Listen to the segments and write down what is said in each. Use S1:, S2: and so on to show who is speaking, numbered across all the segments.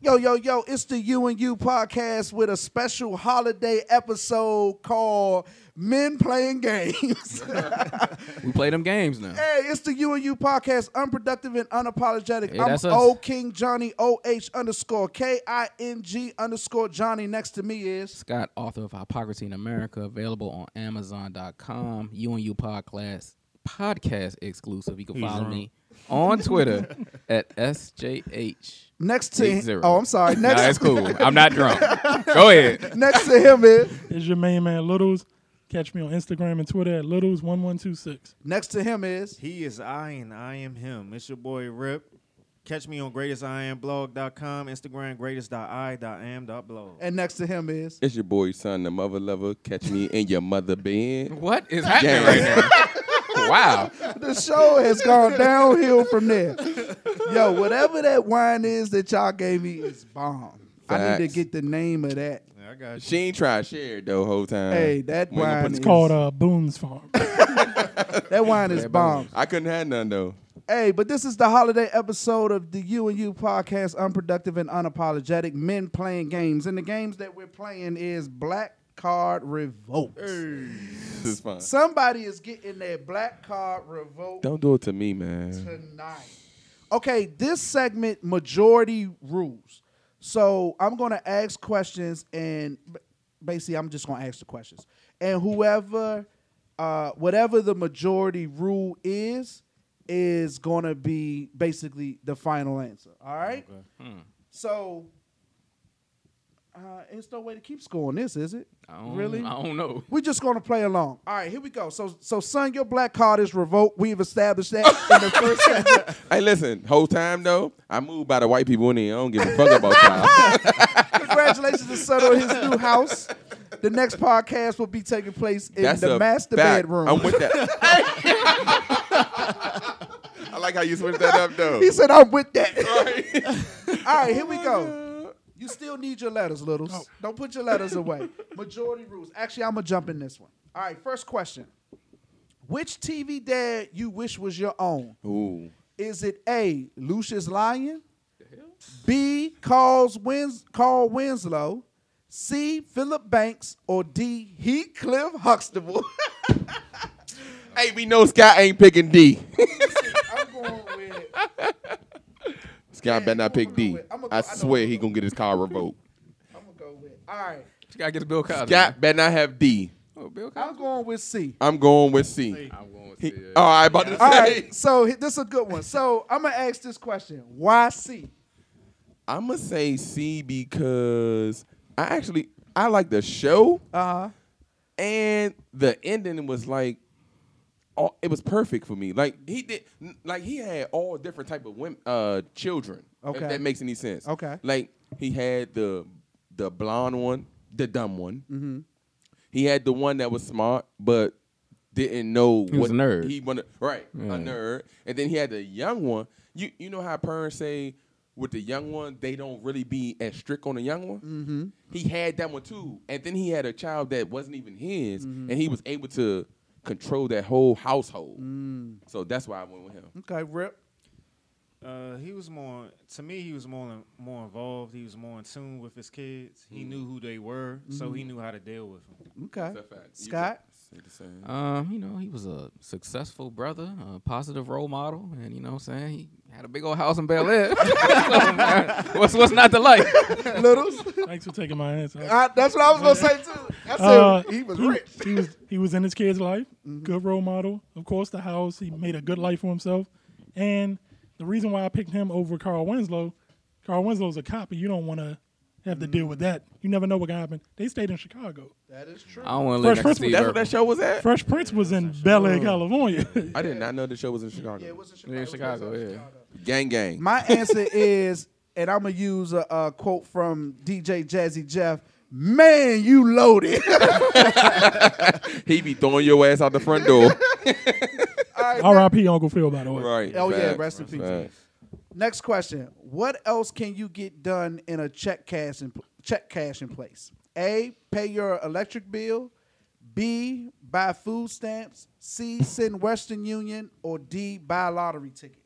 S1: Yo, yo, yo, it's the You and You podcast with a special holiday episode called Men Playing Games.
S2: We play them games now.
S1: Hey, it's the You and You podcast, unproductive and unapologetic.
S2: Hey,
S1: I'm
S2: that's us.
S1: O King Johnny O H underscore K I N G underscore Johnny. Next to me is
S2: Scott, author of Hypocrisy in America, available on Amazon.com. You and You Podcast podcast exclusive. You can follow me on Twitter at SJH.
S1: next to
S2: Eight zero.
S1: oh, I'm sorry.
S2: Nah, it's
S1: Next
S2: cool. I'm not drunk. Go ahead.
S1: next to him is
S3: It's your main man Littles. Catch me on Instagram and Twitter at Littles1126.
S1: next to him is
S4: He is I and I am him. It's your boy Rip. Catch me on greatestiamblog.com, Instagram greatest.i.am.blog.
S1: and next to him is
S5: It's your boy, son, the mother lover. Catch me in your mother bed.
S2: What is happening right now? wow.
S1: the show has gone downhill from there. Yo, whatever that wine is that y'all gave me is bomb. I need to
S5: Facts.
S1: get the name of that.
S4: Yeah, I got you.
S5: She ain't trying to share it, though, whole time.
S1: Hey, that
S5: We gonna
S1: wine
S5: put
S1: is
S5: the-
S3: Called uh, Boone's Farm.
S1: That wine is bomb.
S5: I couldn't have none, though.
S1: Hey, but this is the holiday episode of the You and You podcast, unproductive and unapologetic. Men playing games, and the games that we're playing is Black Card Revolt.
S5: This is fine.
S1: Somebody is getting their Black Card Revolt
S5: Don't do it to me, man.
S1: tonight. Okay, this segment majority rules. So I'm gonna ask questions, and b- basically I'm just gonna ask the questions, and whoever, uh, whatever the majority rule is, is gonna be basically the final answer. All right.
S2: Hmm.
S1: So. Uh, it's no way to keep scoring this, is it?
S2: I don't,
S1: really?
S2: I don't know.
S1: We're just gonna play along. All right, here we go. So, so son, your black card is revoked. We've established that in the first segment.
S5: Hey, listen, whole time, though, I moved by the white people in here. I don't give a fuck about y'all.
S1: Congratulations to son on his new house. The next podcast will be taking place in
S5: That's
S1: the
S5: a
S1: master
S5: fact.
S1: bedroom.
S5: I'm with that. I like how you switched that up, though.
S1: he said, "I'm with that." All right, here we go. You still need your letters, littles. Don't put your letters away. Majority rules. Actually, I'm gonna jump in this one. All right, first question: Which TV dad you wish was your own?
S5: Ooh.
S1: Is it A. Lucius Lyon? B. Carl's Wins- Carl Winslow? C. Philip Banks? Or D. Heathcliff Huxtable?
S5: Hey, we know Scott ain't picking D.
S1: I'm going with.
S5: Scott better not pick D.
S1: I'ma go-
S5: I
S1: I know.
S5: swear he gonna get his car revoked.
S1: I'm gonna go with. All right.
S2: You gotta get Bill Cosby.
S5: Scott better not have D.
S2: Oh, Bill Cosby.
S1: I'm going with C.
S5: I'm going with C.
S2: I'm going with
S5: He,
S2: the, uh,
S5: all right, about to
S1: All
S5: say.
S1: right. So h- this is a good one. So I'm gonna ask this question. Why C?
S5: I'm gonna say C because I actually I like the show
S1: Uh huh.
S5: and the ending was like, all, it was perfect for me. Like he did, like he had all different type of women, uh, children.
S1: Okay.
S5: if that makes any sense.
S1: Okay.
S5: like he had the the blonde one, the dumb one.
S1: Mm-hmm.
S5: He had the one that was smart but didn't know
S2: He was
S5: what
S2: a nerd.
S5: he wanted. Right,
S2: Yeah.
S5: a nerd. And then he had the young one. You you know how parents say with the young one they don't really be as strict on the young one. Mm-hmm. He had that one too, and then he had a child that wasn't even his,
S1: Mm-hmm.
S5: and he was able to control that whole household.
S1: Mm-hmm.
S5: So that's why I went with him.
S1: Mm, Okay. Rip.
S4: Uh, he was more to me. He was more more involved. He was more in tune with his kids. He knew who they were, so he knew how to deal with them.
S1: Okay.
S5: That's a fact. You
S1: Scott?
S5: can say the same.
S2: Um, you know, he was a successful brother, a positive role model, and you know what I'm saying? He had a big old house in Bel Air. what's what's not to like?
S1: Littles.
S3: Thanks for taking my answer.
S1: I, that's what I was gonna say too. I said
S3: Uh,
S1: he was
S3: he,
S1: rich. Mm-hmm.
S3: he was he was in his kid's life. Good role model. Of course, the house. He made a good life for himself. And the reason why I picked him over Carl Winslow, Carl Winslow's a cop, and you don't want to have to deal with that. You never know what can happen. They stayed in Chicago.
S1: Mm-hmm. That is true.
S2: I don't want to live
S3: Fresh
S2: next to
S3: Prince,
S2: Steve
S5: That's what
S2: Irwin.
S5: that show was at.
S3: Fresh Prince was in Bel Air, California.
S5: I did not know the show was in Chicago.
S1: Yeah, it was in Chicago.
S2: Yeah,
S1: It was
S2: Chicago,
S1: in
S2: yeah.
S5: gang, gang.
S1: My answer is, and I'm gonna use a, a quote from DJ Jazzy Jeff. Man, you loaded.
S5: he be throwing your ass out the front door.
S3: R.I.P. Uncle Phil, by the way.
S5: right.
S1: Oh, yeah,
S5: facts,
S1: rest in peace.
S5: facts.
S1: Next question: What else can you get done in a check cash in check cash in place? A. Pay your electric bill. B. Buy food stamps. C. Send Western Union. Or D. Buy a lottery ticket.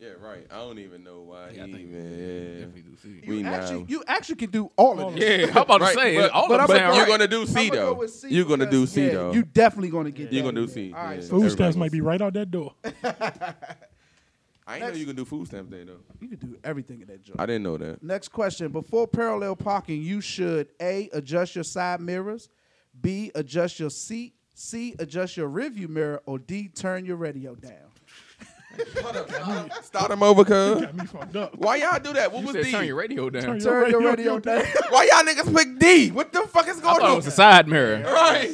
S5: Yeah, right. I don't even know why he even.
S2: definitely do C.
S5: We
S1: You actually,
S5: know.
S1: you actually can do all
S3: All
S1: of
S3: of
S1: this.
S3: it.
S2: Yeah, I'm about
S5: Right,
S2: to say
S5: but-
S2: all
S1: but
S2: of
S1: I'm
S2: them sound
S1: a-
S5: You're
S2: right.
S5: gonna do C
S1: I'ma go
S5: though.
S1: with C
S5: You're gonna do
S1: because,
S5: C
S1: yeah,
S5: though.
S1: You definitely gonna get.
S5: You're
S1: that.
S5: gonna do C.
S1: All right,
S5: Yeah,
S1: so
S3: Food
S5: everybody
S3: stamps might
S5: goes-
S3: be right out that door.
S5: I didn't know you could do food stamps day though.
S1: You can do everything in that joint.
S5: I didn't know that.
S1: Next question. Before parallel parking, you should A, adjust your side mirrors, B, adjust your seat, C, adjust your rearview mirror, or D, turn your radio down.
S5: Start them over, cuz.
S3: Got me fucked up.
S5: Why y'all do that? What
S2: You
S5: was
S2: said turn
S5: D?
S2: your radio down.
S3: Turn your-
S1: Turn your
S3: radio
S1: radio down.
S5: Why y'all niggas pick D? What the fuck is
S2: I
S5: going
S2: thought it
S5: on?
S2: was a side mirror.
S5: Right.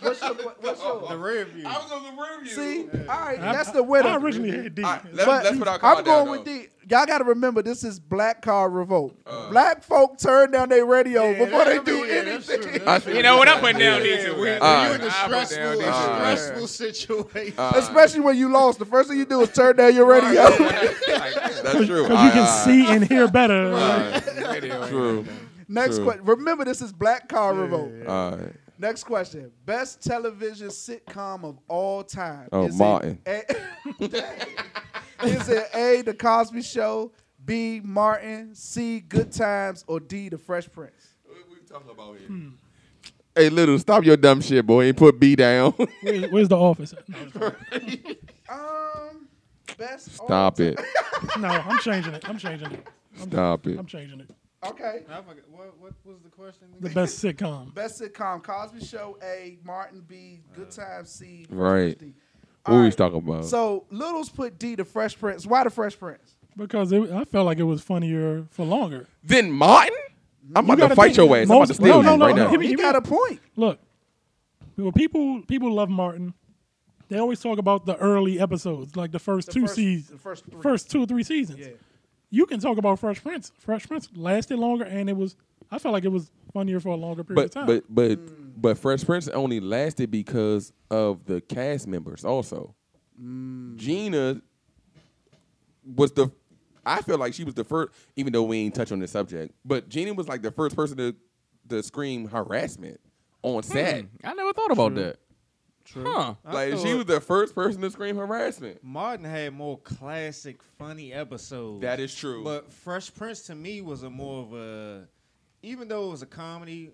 S1: What's your, what's
S4: The
S1: your,
S4: rear view.
S5: I was on the review.
S1: see? All right,
S3: I-
S1: that's
S3: I-
S1: the winner.
S3: I originally had D.
S5: All right,
S3: That's-
S5: let's,
S1: But
S5: let's put our card
S1: I'm going
S5: down,
S1: with
S5: though.
S1: D. Y'all got to remember, this is Black Car Revolt.
S5: Uh.
S1: Black folk turn down their radio
S4: Yeah,
S1: before they
S4: that- I
S1: do
S4: mean, yeah, that's
S1: anything.
S4: true.
S5: I
S4: That's
S5: see
S2: You know what I'm
S5: you're
S2: putting down
S5: saying.
S2: these are
S4: when
S2: weird.
S5: Alright.
S4: you're in a
S2: I put
S4: stressful,
S2: down
S4: a
S2: these
S5: Alright.
S4: stressful situation.
S5: All right.
S1: Especially when you lost. The first thing you do is turn down your radio.
S5: That's true.
S3: Because you can see and hear better.
S2: radio.
S5: True.
S1: Next
S5: True.
S1: question. Remember, this is Black Car Revolt.
S5: All right.
S1: Next question. Best television sitcom of all time.
S5: Oh,
S1: it
S5: Martin.
S1: A- is it A, The Cosby Show, B, Martin, C, Good Times, or D, The Fresh Prince? Hmm.
S5: Hey, little, stop your dumb shit, boy, and put B down.
S3: Where- where's the office? at? No, I'm sorry.
S1: Um, best.
S5: stop it.
S3: No, I'm changing it. I'm changing it.
S5: Stop it.
S3: I'm changing it.
S1: Okay.
S4: I forgot- What, what was the question?
S3: The
S4: again?
S3: best sitcom.
S1: Best sitcom: Cosby Show, A, Martin, B, Good Times, C, Fresh
S5: Right.
S1: Prince, D.
S5: What we
S1: Alright,
S5: talking about?
S1: So Littles put D, The Fresh Prince. Why The Fresh Prince?
S3: Because it, I felt like it was funnier for longer.
S5: then Martin? I'm
S3: You
S5: about
S3: gotta
S5: to fight
S3: think
S5: your ass. I'm about to
S3: most- no,
S5: steal
S3: no,
S5: you
S3: no,
S5: right
S3: no,
S5: now.
S3: hit me-
S1: He
S3: hit
S1: got
S3: me.
S1: a point.
S3: Look, well, people people love Martin. They always talk about the early episodes, like the first
S1: The
S3: two
S1: first-
S3: seasons,
S1: the first three.
S3: two or three seasons.
S1: Yeah.
S3: You can talk about Fresh Prince. Fresh Prince lasted longer, and it was I felt like it was funnier for a longer period of
S5: But
S3: time. Mm.
S5: but but but Fresh Prince only lasted because of the cast members. Also,
S3: Mm.
S5: Gina was the. I feel like she was the first, even though we ain't touch on this subject. But Gina was like the first person to to scream harassment on set.
S2: I never thought about that. Huh.
S4: Hmm. I
S5: Like she
S4: thought
S5: was the first person to scream harassment.
S4: Martin had more classic, funny episodes.
S5: That is true.
S4: But Fresh Prince to me was a more of a, even though it was a comedy,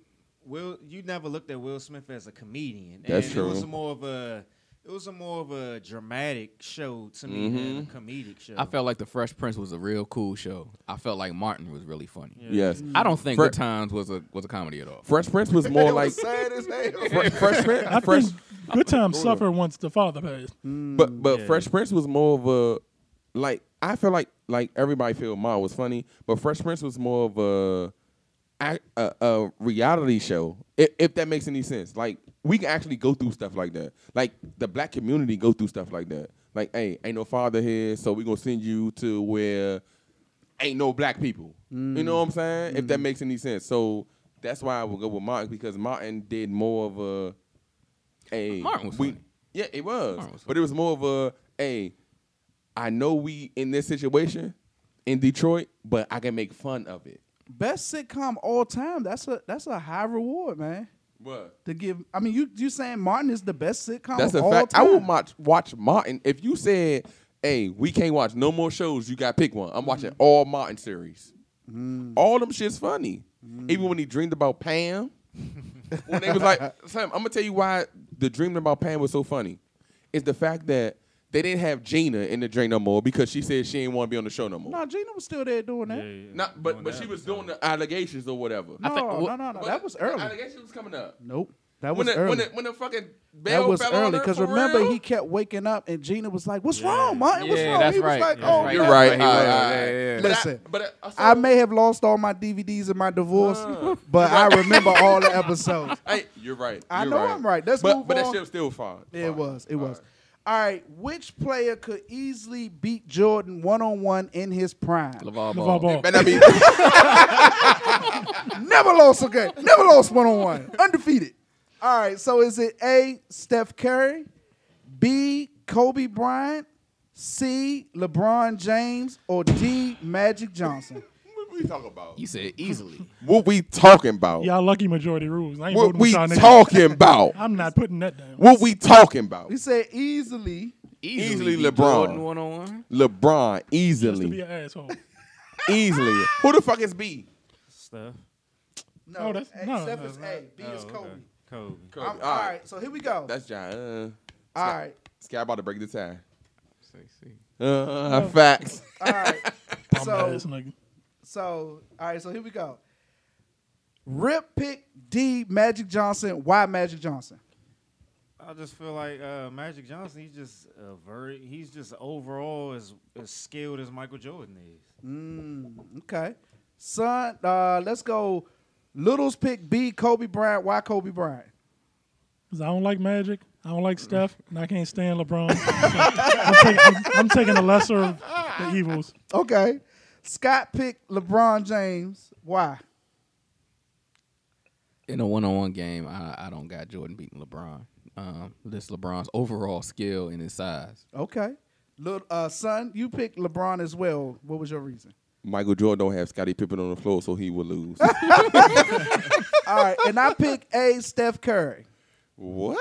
S4: Will you never looked at Will Smith as a comedian.
S5: That's
S4: and
S5: true.
S4: It was a more of a, it was a more of a dramatic show to me than
S5: Mm-hmm.
S4: a comedic show.
S2: I felt like The Fresh Prince was a real cool show. I felt like Martin was really funny.
S5: yes,
S4: Mm.
S2: I don't think
S5: Fre-
S2: Good Times was a was a comedy at all.
S5: Fresh Prince was more like
S1: sad as hell.
S5: Fre- Fresh Prince.
S3: I
S5: Fresh,
S3: think Good
S5: Oh,
S3: Times suffered once the father passed.
S5: But
S2: Mm,
S5: but
S4: Yeah.
S5: Fresh Prince was more of a like I feel like like everybody feel Ma was funny, but Fresh Prince was more of a a, a, a reality show if, if that makes any sense. Like we can actually go through stuff like that. Like the black community go through stuff like that. Like hey, ain't no father here, so we gonna send you to where ain't no black people. You know what I'm saying? If that
S2: Mm.
S5: makes any sense. So that's why I would go with Martin because Martin did more of a a
S2: Martin was funny.
S5: yeah, it was.
S2: Martin was
S5: but it was more of a hey, I know we in this situation in Detroit, but I can make fun of it.
S1: Best sitcom all time. That's a that's a high reward, man.
S5: What?
S1: To give, I mean, you you saying Martin is the best sitcom
S5: That's
S1: of
S5: a
S1: all
S5: fact. I
S1: time?
S5: would watch, watch Martin. If you said, "Hey, we can't watch no more shows," you got to pick one. I'm watching
S1: Mm-hmm.
S5: all Martin series. All them shit's funny.
S1: Mm-hmm.
S5: Even when he dreamed about Pam, when they was like, "Sam, I'm gonna tell you why the dreaming about Pam was so funny." Is the fact that they didn't have Gina in the dream no more because she said she didn't want to be on the show no more.
S1: No, Gina was still there doing that.
S5: Not, but but she was doing the allegations or whatever.
S1: No,
S2: think-
S1: no,
S2: what-
S1: no, no,
S5: But
S1: That was
S5: the
S1: early.
S5: allegations was coming up.
S1: Nope, that
S5: When
S1: was
S5: the,
S1: early.
S5: when the when the fucking bell
S1: that was
S5: fell on
S1: early
S5: her
S1: because
S5: for
S1: remember
S5: real?
S1: he kept waking up and Gina was like, "What's
S4: Yeah.
S1: wrong, Martin? What's wrong?" he was like,
S2: That's
S1: "Oh,
S5: You're
S1: man."
S2: That's
S5: right.
S2: he
S5: All
S2: was.
S5: right, all right.
S2: Yeah, yeah.
S5: But I-
S1: Listen,
S5: but I, also-
S1: I may have lost all my DVDs in my divorce,
S5: Uh.
S1: but I remember all the episodes.
S5: Hey, you're right.
S1: I
S5: You're
S1: know I'm right. Let's
S5: but
S1: move
S5: but that
S1: on.
S5: shit was still fine.
S1: Yeah, It
S5: Fine.
S1: was. It
S5: All
S1: was.
S5: right.
S1: All right. Which player could easily beat Jordan one on one in his prime?
S2: LeVar Ball.
S3: LeVar Ball.
S5: Better not be-
S1: Never lost a game. Never lost one on one. Undefeated. All right. So is it A, Steph Curry, B, Kobe Bryant, C, LeBron James, or D, Magic Johnson?
S5: what we talking about?
S2: You said easily.
S5: What we talking about?
S3: Y'all lucky majority rules. I ain't
S5: What
S3: voting with
S5: we
S3: y'all niggas.
S5: talking about?
S3: I'm not putting that down.
S5: What we talking about?
S1: We said easily.
S2: Easily,
S5: Easily
S2: beat
S5: LeBron.
S2: Jordan one on one.
S5: LeBron
S3: Just to be
S5: easily.
S3: an asshole.
S5: Easily. Who the fuck is B?
S4: Stuff.
S1: No,
S3: Oh, that's-
S1: A,
S3: no,
S1: Steph
S4: No,
S1: is
S4: it's
S1: A.
S4: not?
S1: B
S4: Oh,
S1: is
S4: okay.
S1: Kobe.
S4: Kobe.
S5: Kobe.
S1: I'm, all right, so here we go.
S5: That's John. Uh,
S1: all right,
S5: Sky about to break the tie.
S2: Say,
S5: Uh, Facts.
S1: all right.
S3: Bum
S1: so,
S3: ass nigga.
S1: so, all right, so here we go. Rip pick D Magic Johnson. Why Magic Johnson?
S4: I just feel like uh, Magic Johnson. He's just a very. He's just overall as as skilled as Michael Jordan is.
S1: Mm, okay, son. Uh, let's go. Littles pick B Kobe Bryant. Why Kobe Bryant?
S3: Cause I don't like Magic. I don't like Steph, and I can't stand LeBron. So I'm, taking, I'm- I'm taking the lesser of the evils.
S1: Okay, Scott pick LeBron James. Why?
S2: in a one-on-one game, I, I don't got Jordan beating LeBron. Um, this LeBron's overall skill and his size.
S1: Okay, little uh, son, you pick LeBron as well. What was your reason?
S5: Michael Jordan don't have Scottie Pippen on the floor, so he will lose.
S1: All right, and I pick A Steph Curry.
S5: what?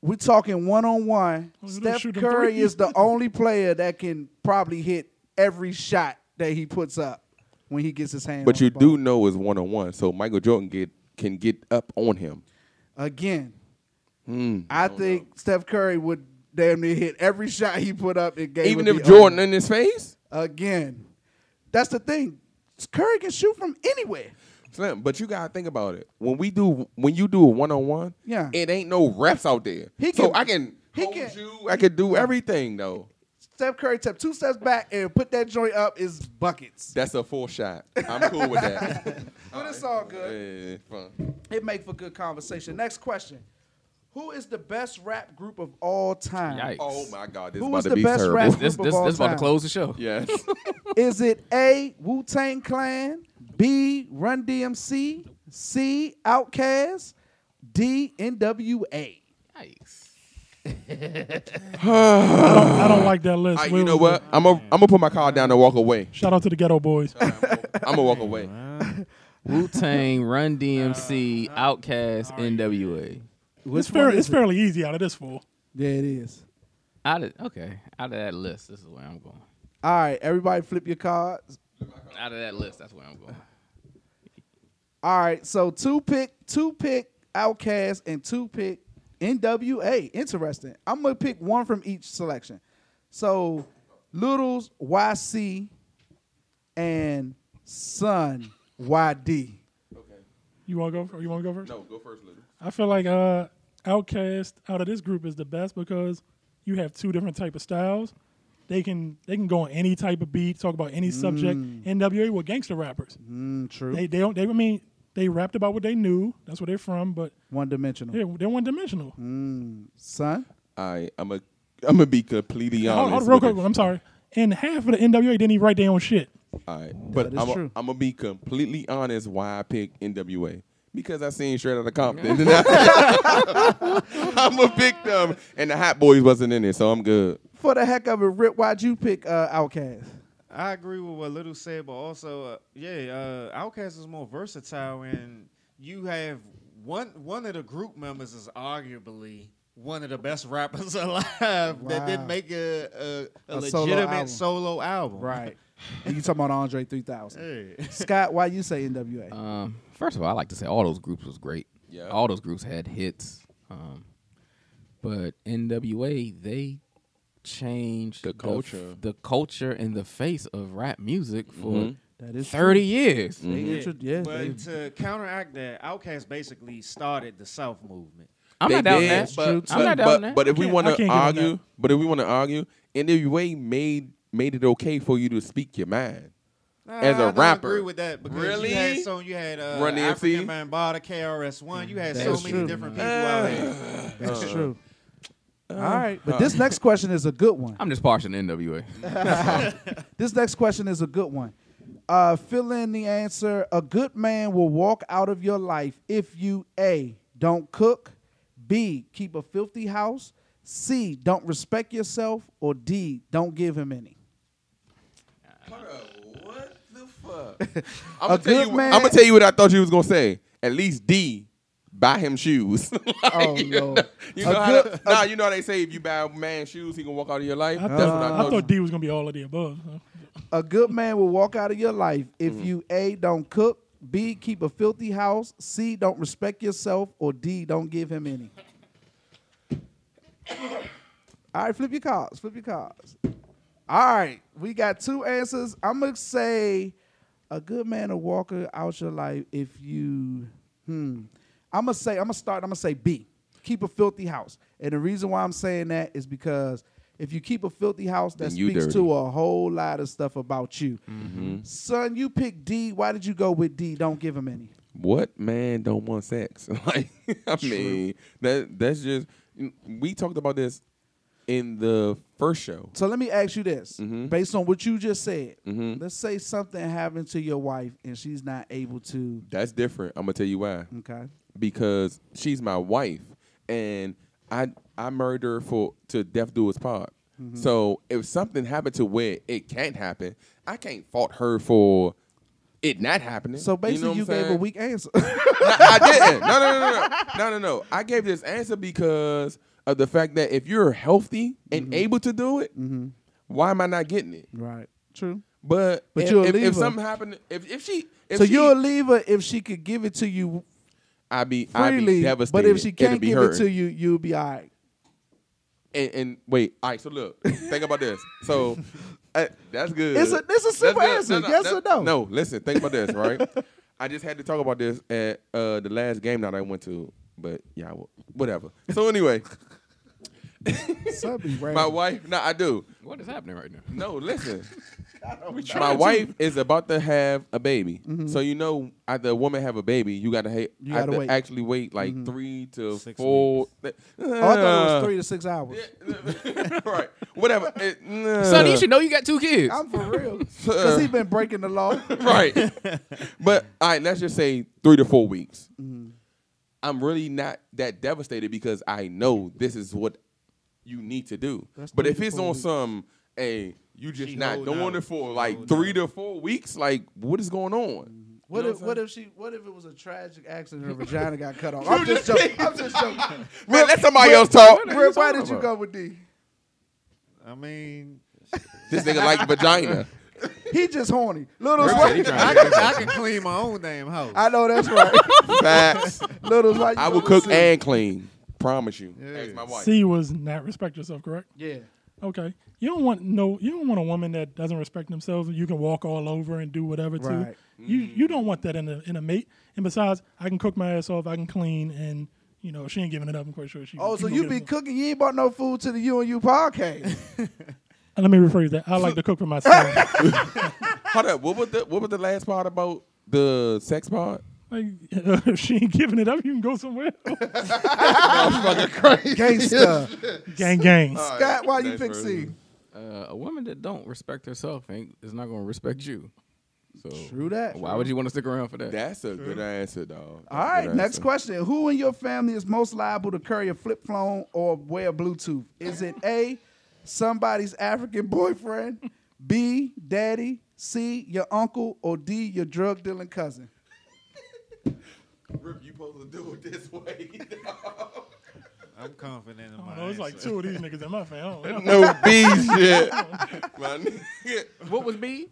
S1: We're talking one on one.
S3: Oh, you don't
S1: Steph
S3: shoot them
S1: Curry
S3: three.
S1: is the only player that can probably hit every shot that he puts up when he gets his hand.
S5: But
S1: on
S5: you
S1: the ball.
S5: do know it's one on one, so Michael Jordan get can get up on him.
S1: again.
S5: Hmm.
S1: I, think Steph Curry would damn near hit every shot he put up in game.
S5: Even
S1: would
S5: if
S1: be
S5: Jordan
S1: over.
S5: in his face,
S1: again, that's the thing. Curry can shoot from anywhere.
S5: Slim. But you gotta think about it. When we do, when you do a one on one,
S1: Yeah.
S5: it ain't no reps out there.
S1: He
S5: so
S1: can-
S5: I can
S1: he
S5: hold
S1: can-
S5: you. I can do everything though.
S1: Steph Curry step two steps back and put that joint up is buckets.
S5: That's a full shot. I'm cool with that.
S1: But it's all good.
S5: Yeah, fun.
S1: It make for good conversation. Next question: Who is the best rap group of all time?
S2: Yikes.
S5: Oh my God, this
S1: Who
S5: is
S1: was
S5: about
S1: the
S5: to be
S1: best
S5: terrible.
S1: rapper?
S2: This
S1: Group
S2: this
S1: of all
S2: this about to
S1: time.
S2: close the show.
S5: Yes.
S1: Is it A. Wu Tang Clan, B. Run DMC, C. Outkast, D. N.W.A.
S2: Yikes.
S3: I don't, I don't like that list.
S5: All right,
S3: Where
S5: you know
S3: was
S5: what?
S3: it?
S5: I'm gonna I'm gonna put my car down and walk away.
S3: Shout out to the Ghetto Boys.
S5: I'm gonna walk away.
S4: Man,
S2: Wu Tang, Run DMC, Outkast, NWA.
S3: It's, fair, it's fairly easy out of this four.
S1: Yeah, it is.
S2: Out of okay, out of that list, this is where I'm going.
S1: All right, everybody, flip your cards.
S2: Out of that list, that's where I'm going.
S1: All right, so two pick, two pick Outcast and two pick NWA. Interesting. I'm gonna pick one from each selection. So, Littles YC and Sun YD.
S3: You want to go? Or you want to go first?
S5: No, go first, Luke.
S3: I feel like uh, Outcast out of this group is the best because you have two different type of styles. They can they can go on any type of beat, talk about any subject. NWA were gangster rappers.
S1: Mm, true.
S3: They they don't they I mean they rapped about what they knew. That's where they're from, but
S1: one dimensional.
S3: they're, they're one dimensional.
S1: Sun.
S5: I I'm a I'm gonna be completely
S3: Hold-
S5: honest.
S3: hold- real
S5: with
S3: quick,
S5: you.
S3: I'm sorry. And half of the NWA didn't even write their own shit.
S5: All right, but
S1: is
S5: I'm
S1: true.
S5: I'm gonna be completely honest. Why I picked NWA because I seen straight out of Compton. I'm gonna pick them, and the Hot Boys wasn't in it, so I'm good.
S1: For the heck of it, Rip, why'd you pick uh, Outcast?
S4: I agree with what Little said, but also, uh, yeah, uh, Outkast is more versatile, and you have one one of the group members is arguably one of the best rappers alive that
S1: Wow.
S4: didn't make a, a, a,
S1: A
S4: legitimate
S1: solo album.
S4: solo album.
S1: Right. and you talking about Andre 3000.
S4: Hey.
S1: Scott, why you say NWA?
S2: Um, first of all, I like to say all those groups was great.
S5: Yeah.
S2: All those groups had hits. Um, but NWA they changed
S5: The
S2: f-
S5: culture. Mm-hmm.
S2: the, culture and the face of rap music for
S1: that is true.
S2: thirty years.
S1: They intro- yeah, they-
S4: But to counteract that, Outkast basically started the South movement.
S2: I'm
S5: They
S2: not doubting
S5: did,
S2: that.
S5: but-
S2: I'm
S5: but-
S2: not doubting
S5: but-
S2: that.
S5: But if
S3: I
S5: we
S3: can't-
S5: want
S3: I can't
S5: to
S3: give them
S5: argue,
S3: that.
S5: but if we want to argue, NWA made made it okay for you to speak your mind.
S4: Nah,
S5: As
S4: I
S5: a
S4: don't
S5: rapper.
S4: agree with that because
S5: Really?
S4: you had so you had uh,
S5: Run E DMC?
S4: African Mambata, KRS One. You had
S2: That
S4: so
S2: is
S4: many
S1: true.
S4: different people out there.
S1: That's true. All right, Uh, but this next question is a good one.
S2: I'm just partial to NWA.
S1: This next question is a good one. Uh, fill in the answer. A good man will walk out of your life if you A, don't cook, B, keep a filthy house, C, don't respect yourself, or D, don't give him any.
S5: What the fuck?
S1: A
S5: I'm gonna tell
S1: good
S5: you.
S1: man-
S5: I'm gonna tell you what I thought you was gonna say. At least D, buy him shoes.
S1: Oh, Lord.
S5: You
S1: A
S5: know how
S1: good-
S5: to, nah, you know how they say if you buy a man shoes, he can walk out of your life.
S3: I
S5: That's
S3: thought,
S5: what I,
S3: I
S5: thought.
S3: thought D was gonna be all of the above.
S1: A good man will walk out of your life if you A don't cook, B keep a filthy house, C don't respect yourself, or D don't give him any. All right, flip your cards. Flip your cards. All right, we got two answers. I'm gonna say a good man will walk out your life if you. Hmm. I'm gonna say I'm gonna start. I'm gonna say B. Keep a filthy house, and the reason why I'm saying that is because if you keep a filthy house, that
S5: Then you
S1: speaks
S5: dirty. Mm-hmm.
S1: to a whole lot of stuff about you. Son, you picked D. Why did you go with D? Don't give him any.
S5: What man don't want sex? like, I mean, that that's just. We talked about this in the first show.
S1: So let me ask you this,
S5: Mhm.
S1: based on what you just said.
S5: Mhm.
S1: Let's say something happened to your wife and she's not able to.
S5: That's different. I'm gonna tell you why.
S1: Okay.
S5: Because she's my wife, and I I married her for to death do us part.
S1: Mm-hmm.
S5: So if something happened to where it can't happen, I can't fault her for it not happening.
S1: So basically, you,
S5: know what I'm
S1: gave a
S5: saying?
S1: weak answer.
S5: no, I didn't. No, no, no, no, no, no, no, no. I gave this answer because of the fact that if you're healthy and
S1: Mm-hmm.
S5: able to do it, why am I not getting it?
S1: right. True.
S5: But
S1: But
S5: if,
S1: you're a
S5: if,
S1: leaver.
S5: if something happened, if if she, if
S1: so
S5: she,
S1: you're a leaver if she could give it to you
S5: I'd be, I'd be
S1: freely,
S5: devastated.
S1: but if she
S5: It'd
S1: can't
S5: be
S1: give
S5: hurting.
S1: it to you, you'll be all right.
S5: and, and wait, all right. So look, think about this. So uh, that's good.
S1: It's a- it's a simple
S5: That's good.
S1: answer. Yes or no?
S5: No, listen. Think about this, right? I just had to talk about this at uh, the last game night I went to, but yeah, well, whatever. So anyway,
S1: Something
S5: my wife. No, I do.
S2: What is happening right now?
S5: No, listen. My wife is about to have a baby, so you know, after a woman have a baby, you gotta, ha-
S1: Mm-hmm. You
S5: have
S1: gotta
S5: to
S1: wait. Mm-hmm.
S5: actually wait like three to
S4: Six
S5: four. Th-
S1: Oh, I thought it was three to six hours.
S5: right, whatever. It,
S2: Son, you
S5: nah.
S2: should know you got two kids.
S1: I'm for real. Because he's been breaking the law.
S5: right. but all right, let's just say three to four weeks.
S1: Mm-hmm.
S5: I'm really not that devastated because I know this is what you need to do.
S1: That's
S5: but
S1: three
S5: if
S1: to
S5: it's
S1: four
S5: on
S1: weeks.
S5: some, hey, you just
S4: She
S5: not
S4: hold
S5: doing
S4: out.
S5: it for
S4: She
S5: like
S4: hold
S5: three
S4: out.
S5: to four weeks, like what is going
S1: Mm-hmm.
S5: on?
S1: What
S5: know
S1: if
S5: what I'm
S1: what
S5: saying?
S1: if she what if it was a tragic accident and her vagina got cut off? I'm just joking. I'm just joking.
S5: Man, let somebody else talk.
S1: Rick, why did you go with D?
S4: I mean,
S5: This nigga like vagina.
S1: He just horny. Little's
S5: Rick said he
S1: why
S5: trying
S4: I can, I can clean my own damn house.
S1: I know that's right.
S5: Facts.
S1: Little's why you
S5: I
S1: go
S5: will
S1: with
S5: cook
S1: C?
S5: and clean. Promise you.
S4: Yeah.
S5: Ask my wife.
S3: C was not respect yourself, correct?
S1: Yeah.
S3: Okay. You don't want no. You don't want a woman that doesn't respect themselves. You can walk all over and do whatever to.
S1: Right.
S3: You you don't want that in a in a mate. And besides, I can cook my ass off. I can clean, and you know if she ain't giving it up. I'm quite sure she.
S1: Oh, so
S3: she gonna
S1: you
S3: get
S1: be
S3: it.
S1: cooking? You ain't bought no food to the U and U podcast.
S3: Uh, Let me rephrase that. I like to cook for myself.
S5: Hold up. What was the what was the last part about the sex part?
S3: like, uh, if she ain't giving it up, you can go somewhere. else.
S1: Gangsta.
S3: gang gang.
S1: Scott, why you
S5: Nice
S1: pick
S5: version.
S1: C?
S2: Uh, a woman that don't respect herself ain't is not gonna respect you. So
S1: True that.
S2: Why would you want to stick around for that?
S5: That's a good answer, dog.
S1: All right, next question. Who in your family is most liable to carry a flip phone or wear Bluetooth? Is it A, somebody's African boyfriend, B, daddy, C, your uncle, or D, your drug dealing cousin?
S5: Rip, you supposed to do it this way.
S4: I'm confident in
S3: I
S4: my.
S3: don't know, it's Oh, like
S4: answer.
S3: two of these niggas in my family. I don't know.
S5: no B shit. My nigga.
S2: What was B?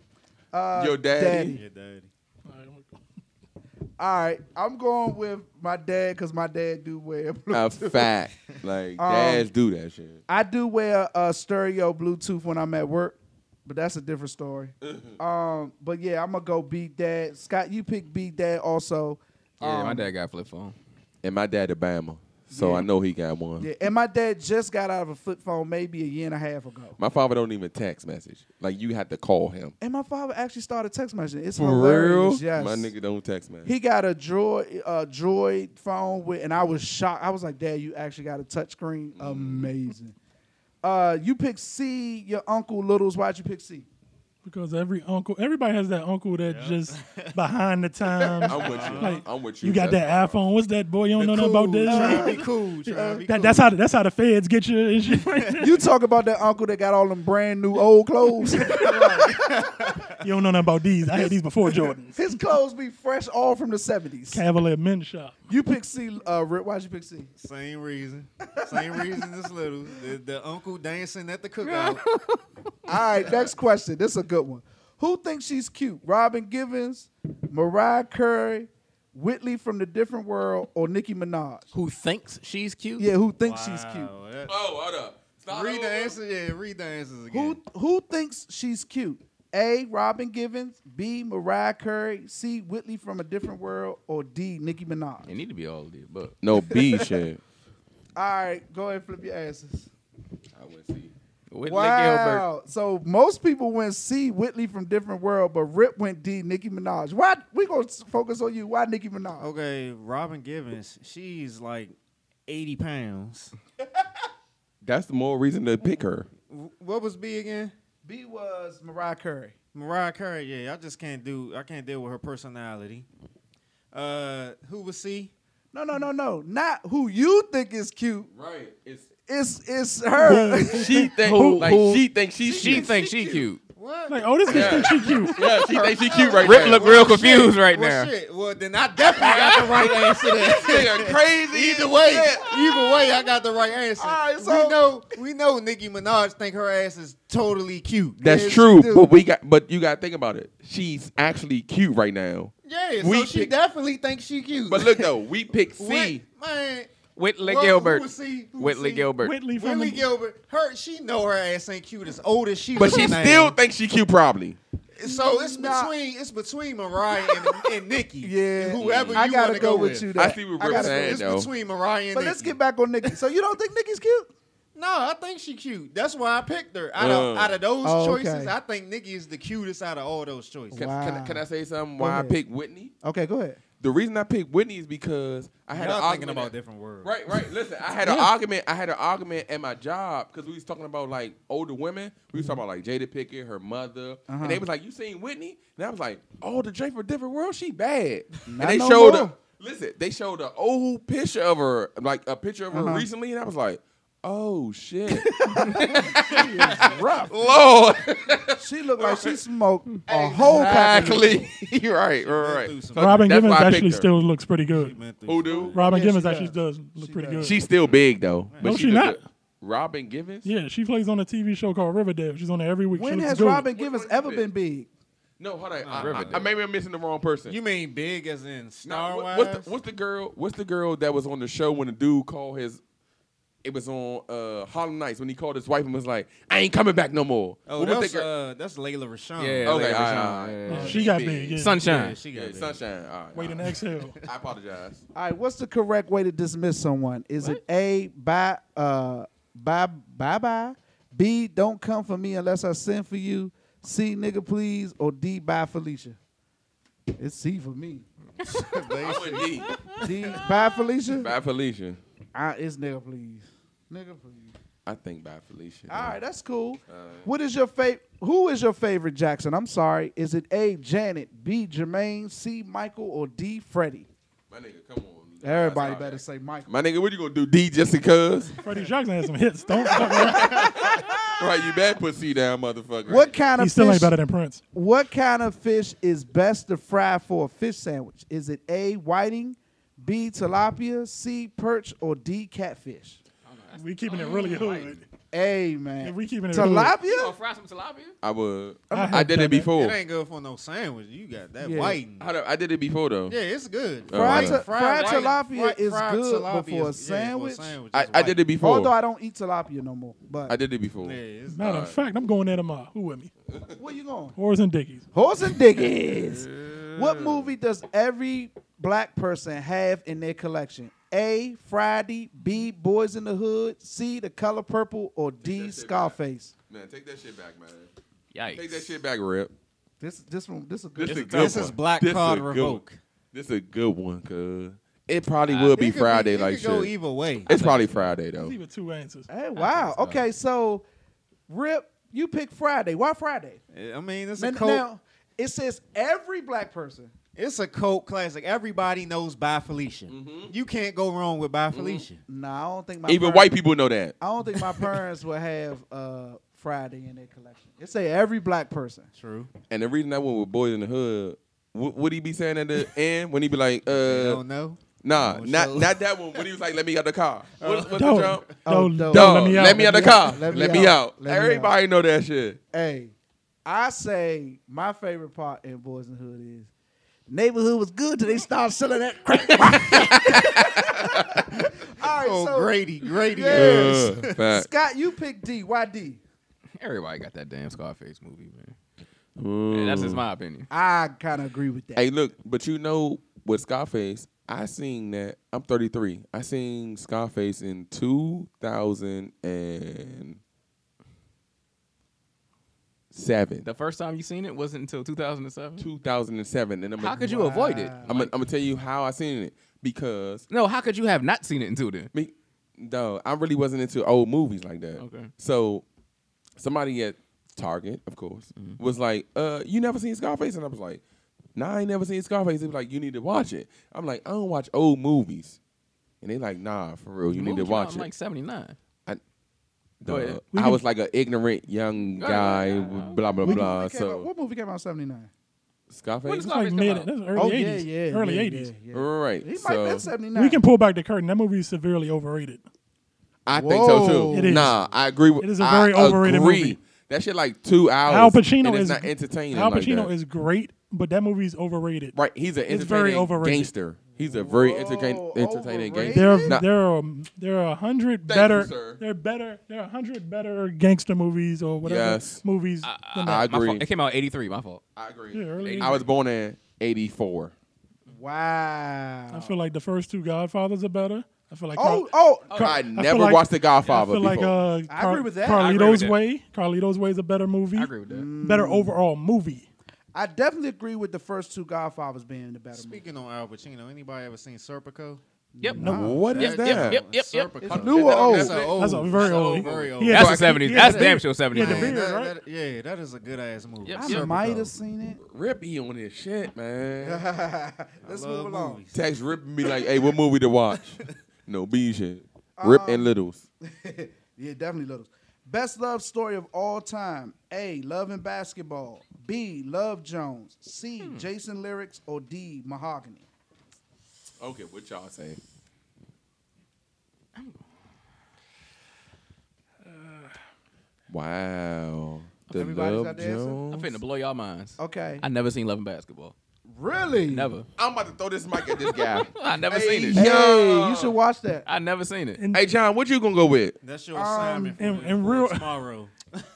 S1: Uh,
S5: Your daddy.
S1: daddy.
S4: Yeah, daddy.
S3: All right, I'm gonna-
S1: All right, I'm going with my dad because my dad do wear Bluetooth.
S5: A fact. Like,
S1: Um,
S5: dads do that shit.
S1: I do wear a stereo Bluetooth when I'm at work, but that's a different story.
S5: Mm-hmm.
S1: um, but yeah, I'm gonna go B dad. Scott, you pick B dad also.
S2: Yeah, my
S1: Um,
S2: dad got flip phone.
S5: And my dad, Alabama. So
S1: Yeah.
S5: I know he got one.
S1: Yeah, and my dad just got out of a flip phone maybe a year and a half ago.
S5: My father don't even text message. Like, you have to call him.
S1: And my father actually started text messaging. It's
S5: For real?
S1: hilarious. Yes.
S5: My nigga don't text message.
S1: He got a droid, a droid phone with, and I was shocked. I was like, "Dad, you actually got a touchscreen?
S5: Mm-hmm.
S1: Amazing." Uh, you pick C. Your uncle Littles. Why'd you pick C?
S3: Because every uncle, everybody has that uncle that just behind the times.
S5: I'm with you.
S3: Like,
S5: I'm with you.
S3: you got
S5: That's-
S3: that iPhone. What's that boy? You don't know
S4: Be
S3: nothing about this.
S4: Try to be cool. Try to be
S3: That,
S4: cool.
S3: that's how that's how the feds get you and shit. Right there.
S1: You talk about that uncle that got all them brand new old clothes.
S3: you don't know nothing about these. I had these before Jordan.
S1: His clothes be fresh, all from the seventies.
S3: Cavalier Men's Shop.
S1: You pick C. Uh, Rip, why'd you pick C?
S4: Same reason. Same reason as little. The, the uncle dancing at the cookout.
S1: All right, next question. This is a good one. Who thinks she's cute? Robin Givens, Mariah Carey, Whitley from the Different World, or Nicki Minaj?
S2: Who thinks she's cute?
S1: Yeah, who thinks she's cute?
S4: Wow, that-
S5: Oh, hold up. Stop
S4: read the
S5: over.
S4: answer. Yeah, read the answers again.
S1: Who who thinks she's cute? A. Robin Givens, B. Mariah Carey, C. Whitley from a Different World, or D. Nicki Minaj.
S2: It need to be all of the above.
S5: No B shit.
S1: All right, go ahead, flip your asses.
S5: I wouldn't see.
S2: Whitley Gilbert.
S1: Wow. So most people went C. Whitley from Different World, but Rip went D. Nicki Minaj. Why? We gonna s- focus on you. Why Nicki Minaj?
S4: Okay, Robin Givens. She's like eighty pounds.
S5: That's the more reason to pick her.
S4: W- What was B again?
S1: B was Mariah Carey.
S4: Mariah Carey. Yeah, I just can't do. I can't deal with her personality. Uh, who was C?
S1: No, no, no, no. Not who you think is cute.
S5: Right. It's
S1: It's it's her.
S5: she think
S2: who-
S5: like
S2: who-
S5: she thinks she's
S2: She
S5: cute.
S2: thinks she cute.
S4: What?
S3: Like, oh, this bitch
S5: Yeah.
S3: thinks she cute.
S5: yeah, she thinks she cute right
S2: Rip
S5: now.
S2: look real confused right
S4: well,
S2: now.
S4: Shit. Well, then I definitely got the right answer. There.
S5: Nigga, crazy.
S4: Either way, either way, I got the right answer.
S1: All right,
S4: we
S1: so-
S4: know, we know Nicki Minaj think her ass is totally cute.
S5: That's
S1: Yes,
S5: true,
S1: dude.
S5: but we got but you gotta think about it. She's actually cute right now.
S4: Yeah,
S5: We
S4: so she
S5: pick-
S4: definitely thinks she cute.
S5: But look though, we picked
S4: Whit-
S5: C.
S4: man,
S2: Whitley
S4: well, who
S2: Gilbert.
S4: was C? Who was
S2: Whitley
S4: C?
S2: Gilbert.
S3: Whitley from
S4: Whitley
S3: the-
S4: Gilbert, her she know her ass ain't cute as old as she
S5: But
S4: was.
S5: she
S4: now.
S5: still thinks she cute probably.
S4: so it's
S1: Nah.
S4: between it's between Mariah and, and Nikki.
S1: yeah.
S4: whoever you
S1: I gotta
S4: wanna
S1: go,
S4: go
S1: with,
S4: with.
S1: you.
S5: I
S1: That.
S5: see what
S1: I gotta
S5: Rip's
S1: go-
S5: saying.
S4: It's
S5: though.
S4: between Mariah and
S1: But
S4: Nikki.
S1: let's get back on Nikki. So you don't think Nikki's cute?
S4: No, I think she cute. That's why I picked her. Out of
S5: Uh.
S4: out of those
S1: Oh, okay.
S4: choices, I think Nikki is the cutest out of all those choices.
S5: Can,
S1: Wow.
S5: can, can I say something?
S1: Go
S5: Why I
S1: ahead.
S5: picked Whitney?
S1: Okay, go ahead.
S5: The reason I picked Whitney is because I had an
S4: Y'all thinking
S5: argument.
S4: about different words.
S5: Right, right. Listen, I had an argument. I had an argument at my job because we was talking about like older women. We was talking about like Jada Pickett, her mother, and
S1: Uh-huh.
S5: they was like, "You seen Whitney?" And I was like, "Oh, the Drake for Different World, she bad."
S1: Not
S5: and they
S1: no
S5: showed
S1: more.
S5: a listen. They showed an old picture of her, like a picture of her
S1: Uh-huh.
S5: recently, and I was like, "Oh shit,
S1: Rough.
S5: Lord!"
S1: She looked like she smoked a whole pack. of weed.
S5: exactly. You're right, right, right.
S4: through some-
S5: So
S3: Robin
S5: that's
S3: Givens
S5: why I picked
S3: actually
S5: her.
S3: still looks pretty good.
S5: Who do?
S3: Robin
S1: Yeah,
S3: Givens
S1: she
S3: actually
S1: does.
S3: does look
S1: She
S3: pretty
S1: does.
S3: good.
S5: She's still big though. But
S3: No, she
S5: look
S3: not.
S5: good. Robin Givens.
S3: yeah, she plays on a TV show called Riverdale. She's on there every week. she
S1: When
S3: looks
S1: has
S3: good.
S1: Robin Givens
S5: one you
S1: ever
S5: pick?
S1: been big?
S5: No, hold on. I- I,
S2: Riverdale.
S5: I- maybe I'm missing the wrong person.
S4: You mean big as in
S5: Nah,
S4: Star
S5: what-
S4: Wars?
S5: What's the, what's the girl? What's the girl that was on the show when the dude called his? It was on uh, Hollow Nights when he called his wife and was like, "I ain't coming back no more."
S4: Oh,
S5: What was
S4: that's
S5: the girl?
S4: uh, that's Layla Rashawn.
S2: Yeah, Layla
S5: okay, all right,
S2: Rashawn,
S5: all right.
S2: yeah.
S5: Yeah,
S3: She got big. Yeah.
S4: yeah,
S2: Sunshine.
S4: she
S5: Yeah,
S4: got big.
S5: sunshine. All right,
S3: Wait
S5: all
S3: and
S5: right.
S3: exhale.
S5: I apologize.
S1: All right, what's the correct way to dismiss someone? Is it A, bye, uh, bye, bye, bye? B, don't come for me unless I send for you? C, nigga, please? Or D, bye, Felicia? It's C for me.
S5: I went D.
S1: D, bye, Felicia?
S5: Bye, Felicia.
S1: Ah, it's nigga, please. Nigga, please.
S5: I think bye, Felicia.
S1: All right, that's cool. What is your favorite? Who is your favorite Jackson? I'm sorry. Is it A. Janet, B. Jermaine, C. Michael, or D. Freddie?
S5: My nigga, come on.
S1: Everybody
S5: That's all
S1: better
S5: right.
S1: say Michael.
S5: My nigga, what you gonna do? D just because?
S3: Freddie Jackson has some hits. Don't fuck around.
S5: right, you bad put C down, motherfucker.
S1: What kind
S3: He
S1: of
S3: still ain't
S1: fish?
S3: better than Prince.
S1: What kind of fish is best to fry for a fish sandwich? Is it A. Whiting, B. Tilapia, C. Perch, or D. Catfish?
S3: We keeping it really hood.
S1: Hey
S3: Yeah,
S1: man,
S3: we keeping it real.
S1: tilapia.
S2: fry some tilapia?
S5: I would.
S3: I have
S5: I, did
S3: done
S5: it
S3: that.
S5: before.
S4: It ain't good for no sandwich. You got that
S1: Yeah.
S4: whiting.
S5: Hold up, I did it before though.
S4: Yeah, it's good.
S5: Fried
S4: Whiting-
S5: ti-
S1: fried
S4: whiting-
S1: tilapia
S4: fried-
S1: is
S4: fried
S1: good, but for a
S4: tilapia is- yeah, for
S1: sandwich?
S5: I,
S4: it's
S5: I did
S4: whiting.
S5: it before.
S1: Although I don't eat tilapia no more, but
S5: I did it before.
S4: Yeah, it's
S3: Matter of fact, I'm going there tomorrow. Who with me?
S1: where you going?
S3: Horace and Dickies.
S1: Horse and Dickens. what movie does every black person have in their collection? A. Friday, B. Boys in the Hood, C. The Color Purple, or D.
S5: that shit
S1: Scarface.
S5: Man, take that shit back, man.
S2: Yikes.
S5: Take that shit back, Rip.
S1: This this one this is
S5: This
S1: good.
S5: is
S1: one.
S5: good
S4: This
S5: one.
S4: is Black
S5: This
S4: Card
S5: a good
S4: Revoke.
S5: one. This is a good one, cuz. It probably would
S4: It
S5: be
S4: could
S5: Friday
S4: it
S5: like
S4: could go
S5: shit.
S4: either way.
S5: It's probably Friday though.
S1: Oh.
S3: There's even two answers.
S1: Hey, wow. Okay, so Rip, you pick Friday. Why Friday?
S4: I mean, it's a
S1: Now,
S4: cult.
S1: now, it says every black person.
S4: It's a cult classic. Everybody knows by Felicia. You can't go wrong with by Felicia.
S1: Nah, I don't think my
S5: Even
S1: parents-
S5: white people know that.
S1: I don't think my parents would have uh, Friday in their collection. It say every black person.
S4: True.
S5: And the reason I went with Boys in the Hood, wh- would he be saying at the end when he be like,
S4: I
S5: uh,
S4: don't know.
S5: nah,
S4: Don't
S5: not
S4: show.
S5: not that one. When he was like, let me out the car. What, what's the
S3: Dog.
S5: jump?
S1: Oh,
S3: Dog,
S1: dog.
S5: Dog, let me out, the
S1: out.
S5: car.
S1: Let me
S5: Let me
S1: out.
S5: out.
S1: Let me out.
S5: Everybody know that shit.
S1: Hey, I say my favorite part in Boys in the Hood is neighborhood was good till they started selling that crack. All right,
S4: Oh,
S1: so
S4: Grady, Grady.
S1: Yes.
S5: Uh, fact.
S1: Scott, you pick D. Why D?
S2: Everybody got that damn Scarface movie, man. And that's just my opinion.
S1: I kind of agree with that.
S5: Hey, look, but you know, with Scarface, I seen that. I'm 33. I seen Scarface in 2007.
S2: The first time you seen it wasn't until 2007.
S5: 2007. And I'm
S2: How
S5: like,
S2: could you
S5: wow.
S2: avoid it?
S5: I'm gonna I'm gonna tell you how I seen it because
S2: No, how could you have not seen it until then?
S5: me, no, I really wasn't into old movies like that.
S2: Okay.
S5: So somebody at Target, of course,
S3: Mm-hmm.
S5: was like, "Uh, you never seen Scarface?" And I was like, "Nah, I ain't never seen Scarface." They was like, "You need to watch it." I'm like, "I don't watch old movies," and they like, "Nah, for real, you need to watch it."
S2: Like 79. go
S5: Duh.
S2: ahead.
S5: I was like an ignorant young
S2: Go ahead,
S5: guy,
S2: go ahead, go ahead.
S5: blah blah
S1: We-
S5: blah.
S1: what came out-
S5: so
S1: what movie came out in '79?
S2: When
S5: Scarface,
S2: is
S3: It's like
S2: Scarface
S3: mid,
S2: come out?
S3: that's early
S1: Oh
S3: 80s.
S1: yeah, yeah,
S3: early
S1: yeah,
S3: 80s.
S1: yeah, yeah.
S5: right?
S1: He might
S5: so
S1: have been '79.
S3: We can pull back the curtain. That movie is severely overrated.
S5: I think so
S1: Whoa.
S5: too.
S3: It is.
S5: Nah, I agree with.
S3: It is a
S5: I
S3: very overrated
S5: agree.
S3: movie.
S5: That shit like two hours.
S3: Al Pacino
S5: and it's
S3: is
S5: not entertaining.
S3: Al
S5: like
S3: Pacino
S5: that.
S3: is great, but that movie is overrated.
S5: right. He's an entertaining
S3: it's very overrated.
S5: gangster. He's a very
S1: Whoa,
S5: entertaining entertaining
S1: overrated?
S5: gangster.
S3: There are,
S5: Nah,
S3: there are there are a hundred
S5: Thank
S3: better
S5: you, sir.
S3: there are better there are a hundred better gangster movies or whatever
S5: Yes.
S3: movies than
S5: I
S3: that.
S2: My fault.
S5: agree.
S2: It came out 83. My fault.
S5: I
S3: Yeah,
S5: agree.
S3: early
S5: I was born in '84.
S1: Wow.
S3: I feel like the first two Godfathers are better. I feel like
S1: oh,
S3: Carl-
S1: oh,
S5: I
S3: feel
S5: never
S3: like-
S5: watched The
S3: I
S5: Godfather
S3: feel like
S5: before.
S3: uh,
S1: I
S3: Car-
S1: agree with that.
S2: I agree with
S3: Carlito's
S2: that.
S3: Way. Carlito's Way is a better movie.
S2: I agree with that.
S1: Mm.
S3: Better overall movie.
S1: I definitely agree with the first two Godfathers being the better movie.
S4: Speaking on Al Pacino, anybody ever seen Serpico?
S2: Yep.
S5: What is
S2: Yep, yep,
S5: that?
S2: yep, yep, yep.
S4: Serpico.
S1: It's new or old?
S4: That's a
S5: That's
S4: old.
S3: a very old.
S4: Very old.
S3: He had
S2: That's
S5: So
S2: the
S5: I-
S2: 70s.
S3: yeah,
S2: That's
S3: the
S2: damn
S3: beard.
S2: sure 70s.
S3: Yeah, the
S4: Man,
S3: beard.
S4: that-
S3: right?
S4: that- yeah, that is a good ass movie.
S2: Yep.
S1: I
S2: Serpico.
S1: might have seen it.
S5: Rippy on this shit, man.
S1: Let's
S4: I love
S1: move along.
S4: movies.
S5: Text Rip and be like, "Hey, what movie to watch?" no B shit. Rip and Littles.
S1: yeah, definitely Littles. Best love story of all time. A. Love and Basketball. B. Love Jones. C. Jason Lyrics. Or D. Mahogany.
S5: Okay, what y'all say? Wow. The
S1: Everybody's
S5: Love
S1: got the answer?
S5: Jones.
S2: I'm finna blow y'all minds.
S1: Okay.
S2: I never seen Love and Basketball.
S1: really?
S2: Never.
S5: I'm about to throw this mic at this guy.
S2: I never
S5: Hey,
S2: seen it.
S5: yeah.
S1: Hey, you should watch that.
S2: I never seen it.
S3: And,
S5: hey, John, what you gonna go with?
S4: That's your assignment
S3: and-
S4: for,
S3: and
S4: for
S3: Um, real-
S4: tomorrow.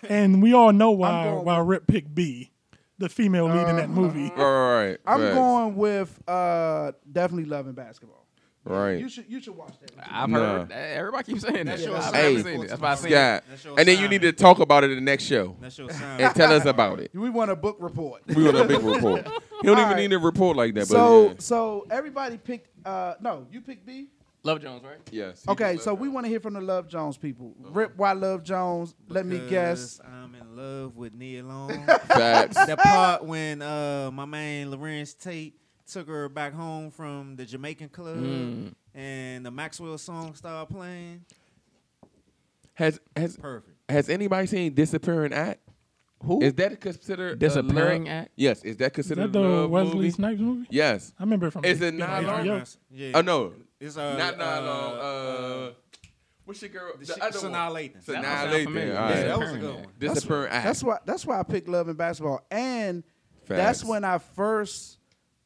S3: and we all know why
S1: I'm going
S3: why Rip picked B, the female lead in that movie.
S5: All right, right.
S1: I'm
S5: right.
S1: going with uh, definitely Love and Basketball.
S5: Right.
S1: You should you should watch that.
S2: I've
S5: Nah.
S2: heard everybody keeps saying that.
S4: That's your
S2: I've
S5: assignment
S2: never
S4: for
S2: seen it. That's why I seen
S5: Yeah.
S2: it.
S4: That's your
S5: And then you need to
S4: assignment.
S5: talk about it in the next show
S4: That's your assignment.
S5: and tell us about it.
S1: We want a book report.
S5: We want a big report. He don't even
S1: right.
S5: need a report like that. But
S1: So
S5: yeah.
S1: so everybody picked uh, no, you picked B?
S2: Love Jones, right?
S5: yes. he
S1: Okay,
S5: does
S1: so
S5: love Oh.
S1: we
S5: that.
S1: want to hear from the Love Jones people. Rip why Love Jones. Let me guess.
S4: Because I'm in love with Nia Long.
S5: Facts.
S4: the part when uh, my man Lawrence Tate took her back home from the Jamaican club
S2: Mm.
S4: and the Maxwell song started playing.
S5: Has has
S4: Perfect.
S5: has anybody seen disappearing act?
S2: Who?
S5: Is that considered a
S2: Disappearing
S5: love-
S2: Act?
S5: Yes. Is
S3: Is
S5: that considered
S3: that
S5: a
S3: the
S5: love
S3: Wesley
S5: movie?
S3: Snipes movie?
S5: Yes.
S3: I remember it from.
S5: Is it
S3: from
S5: nylon?
S3: HBO.
S5: Yo.
S4: Yeah.
S5: Oh no,
S4: It's uh,
S5: not
S4: uh,
S5: nylon. Uh,
S4: uh,
S5: what's your girl? The,
S4: the shit-
S5: other
S4: Sanaa
S5: one.
S4: Lathan.
S5: Sanaa
S2: That one sound
S5: Lathan.
S2: familiar.
S5: All
S4: Yeah,
S5: right.
S4: that was a good one.
S5: Disappearing act.
S1: That's why that's why I picked Love and Basketball. And
S5: Facts.
S1: that's when I first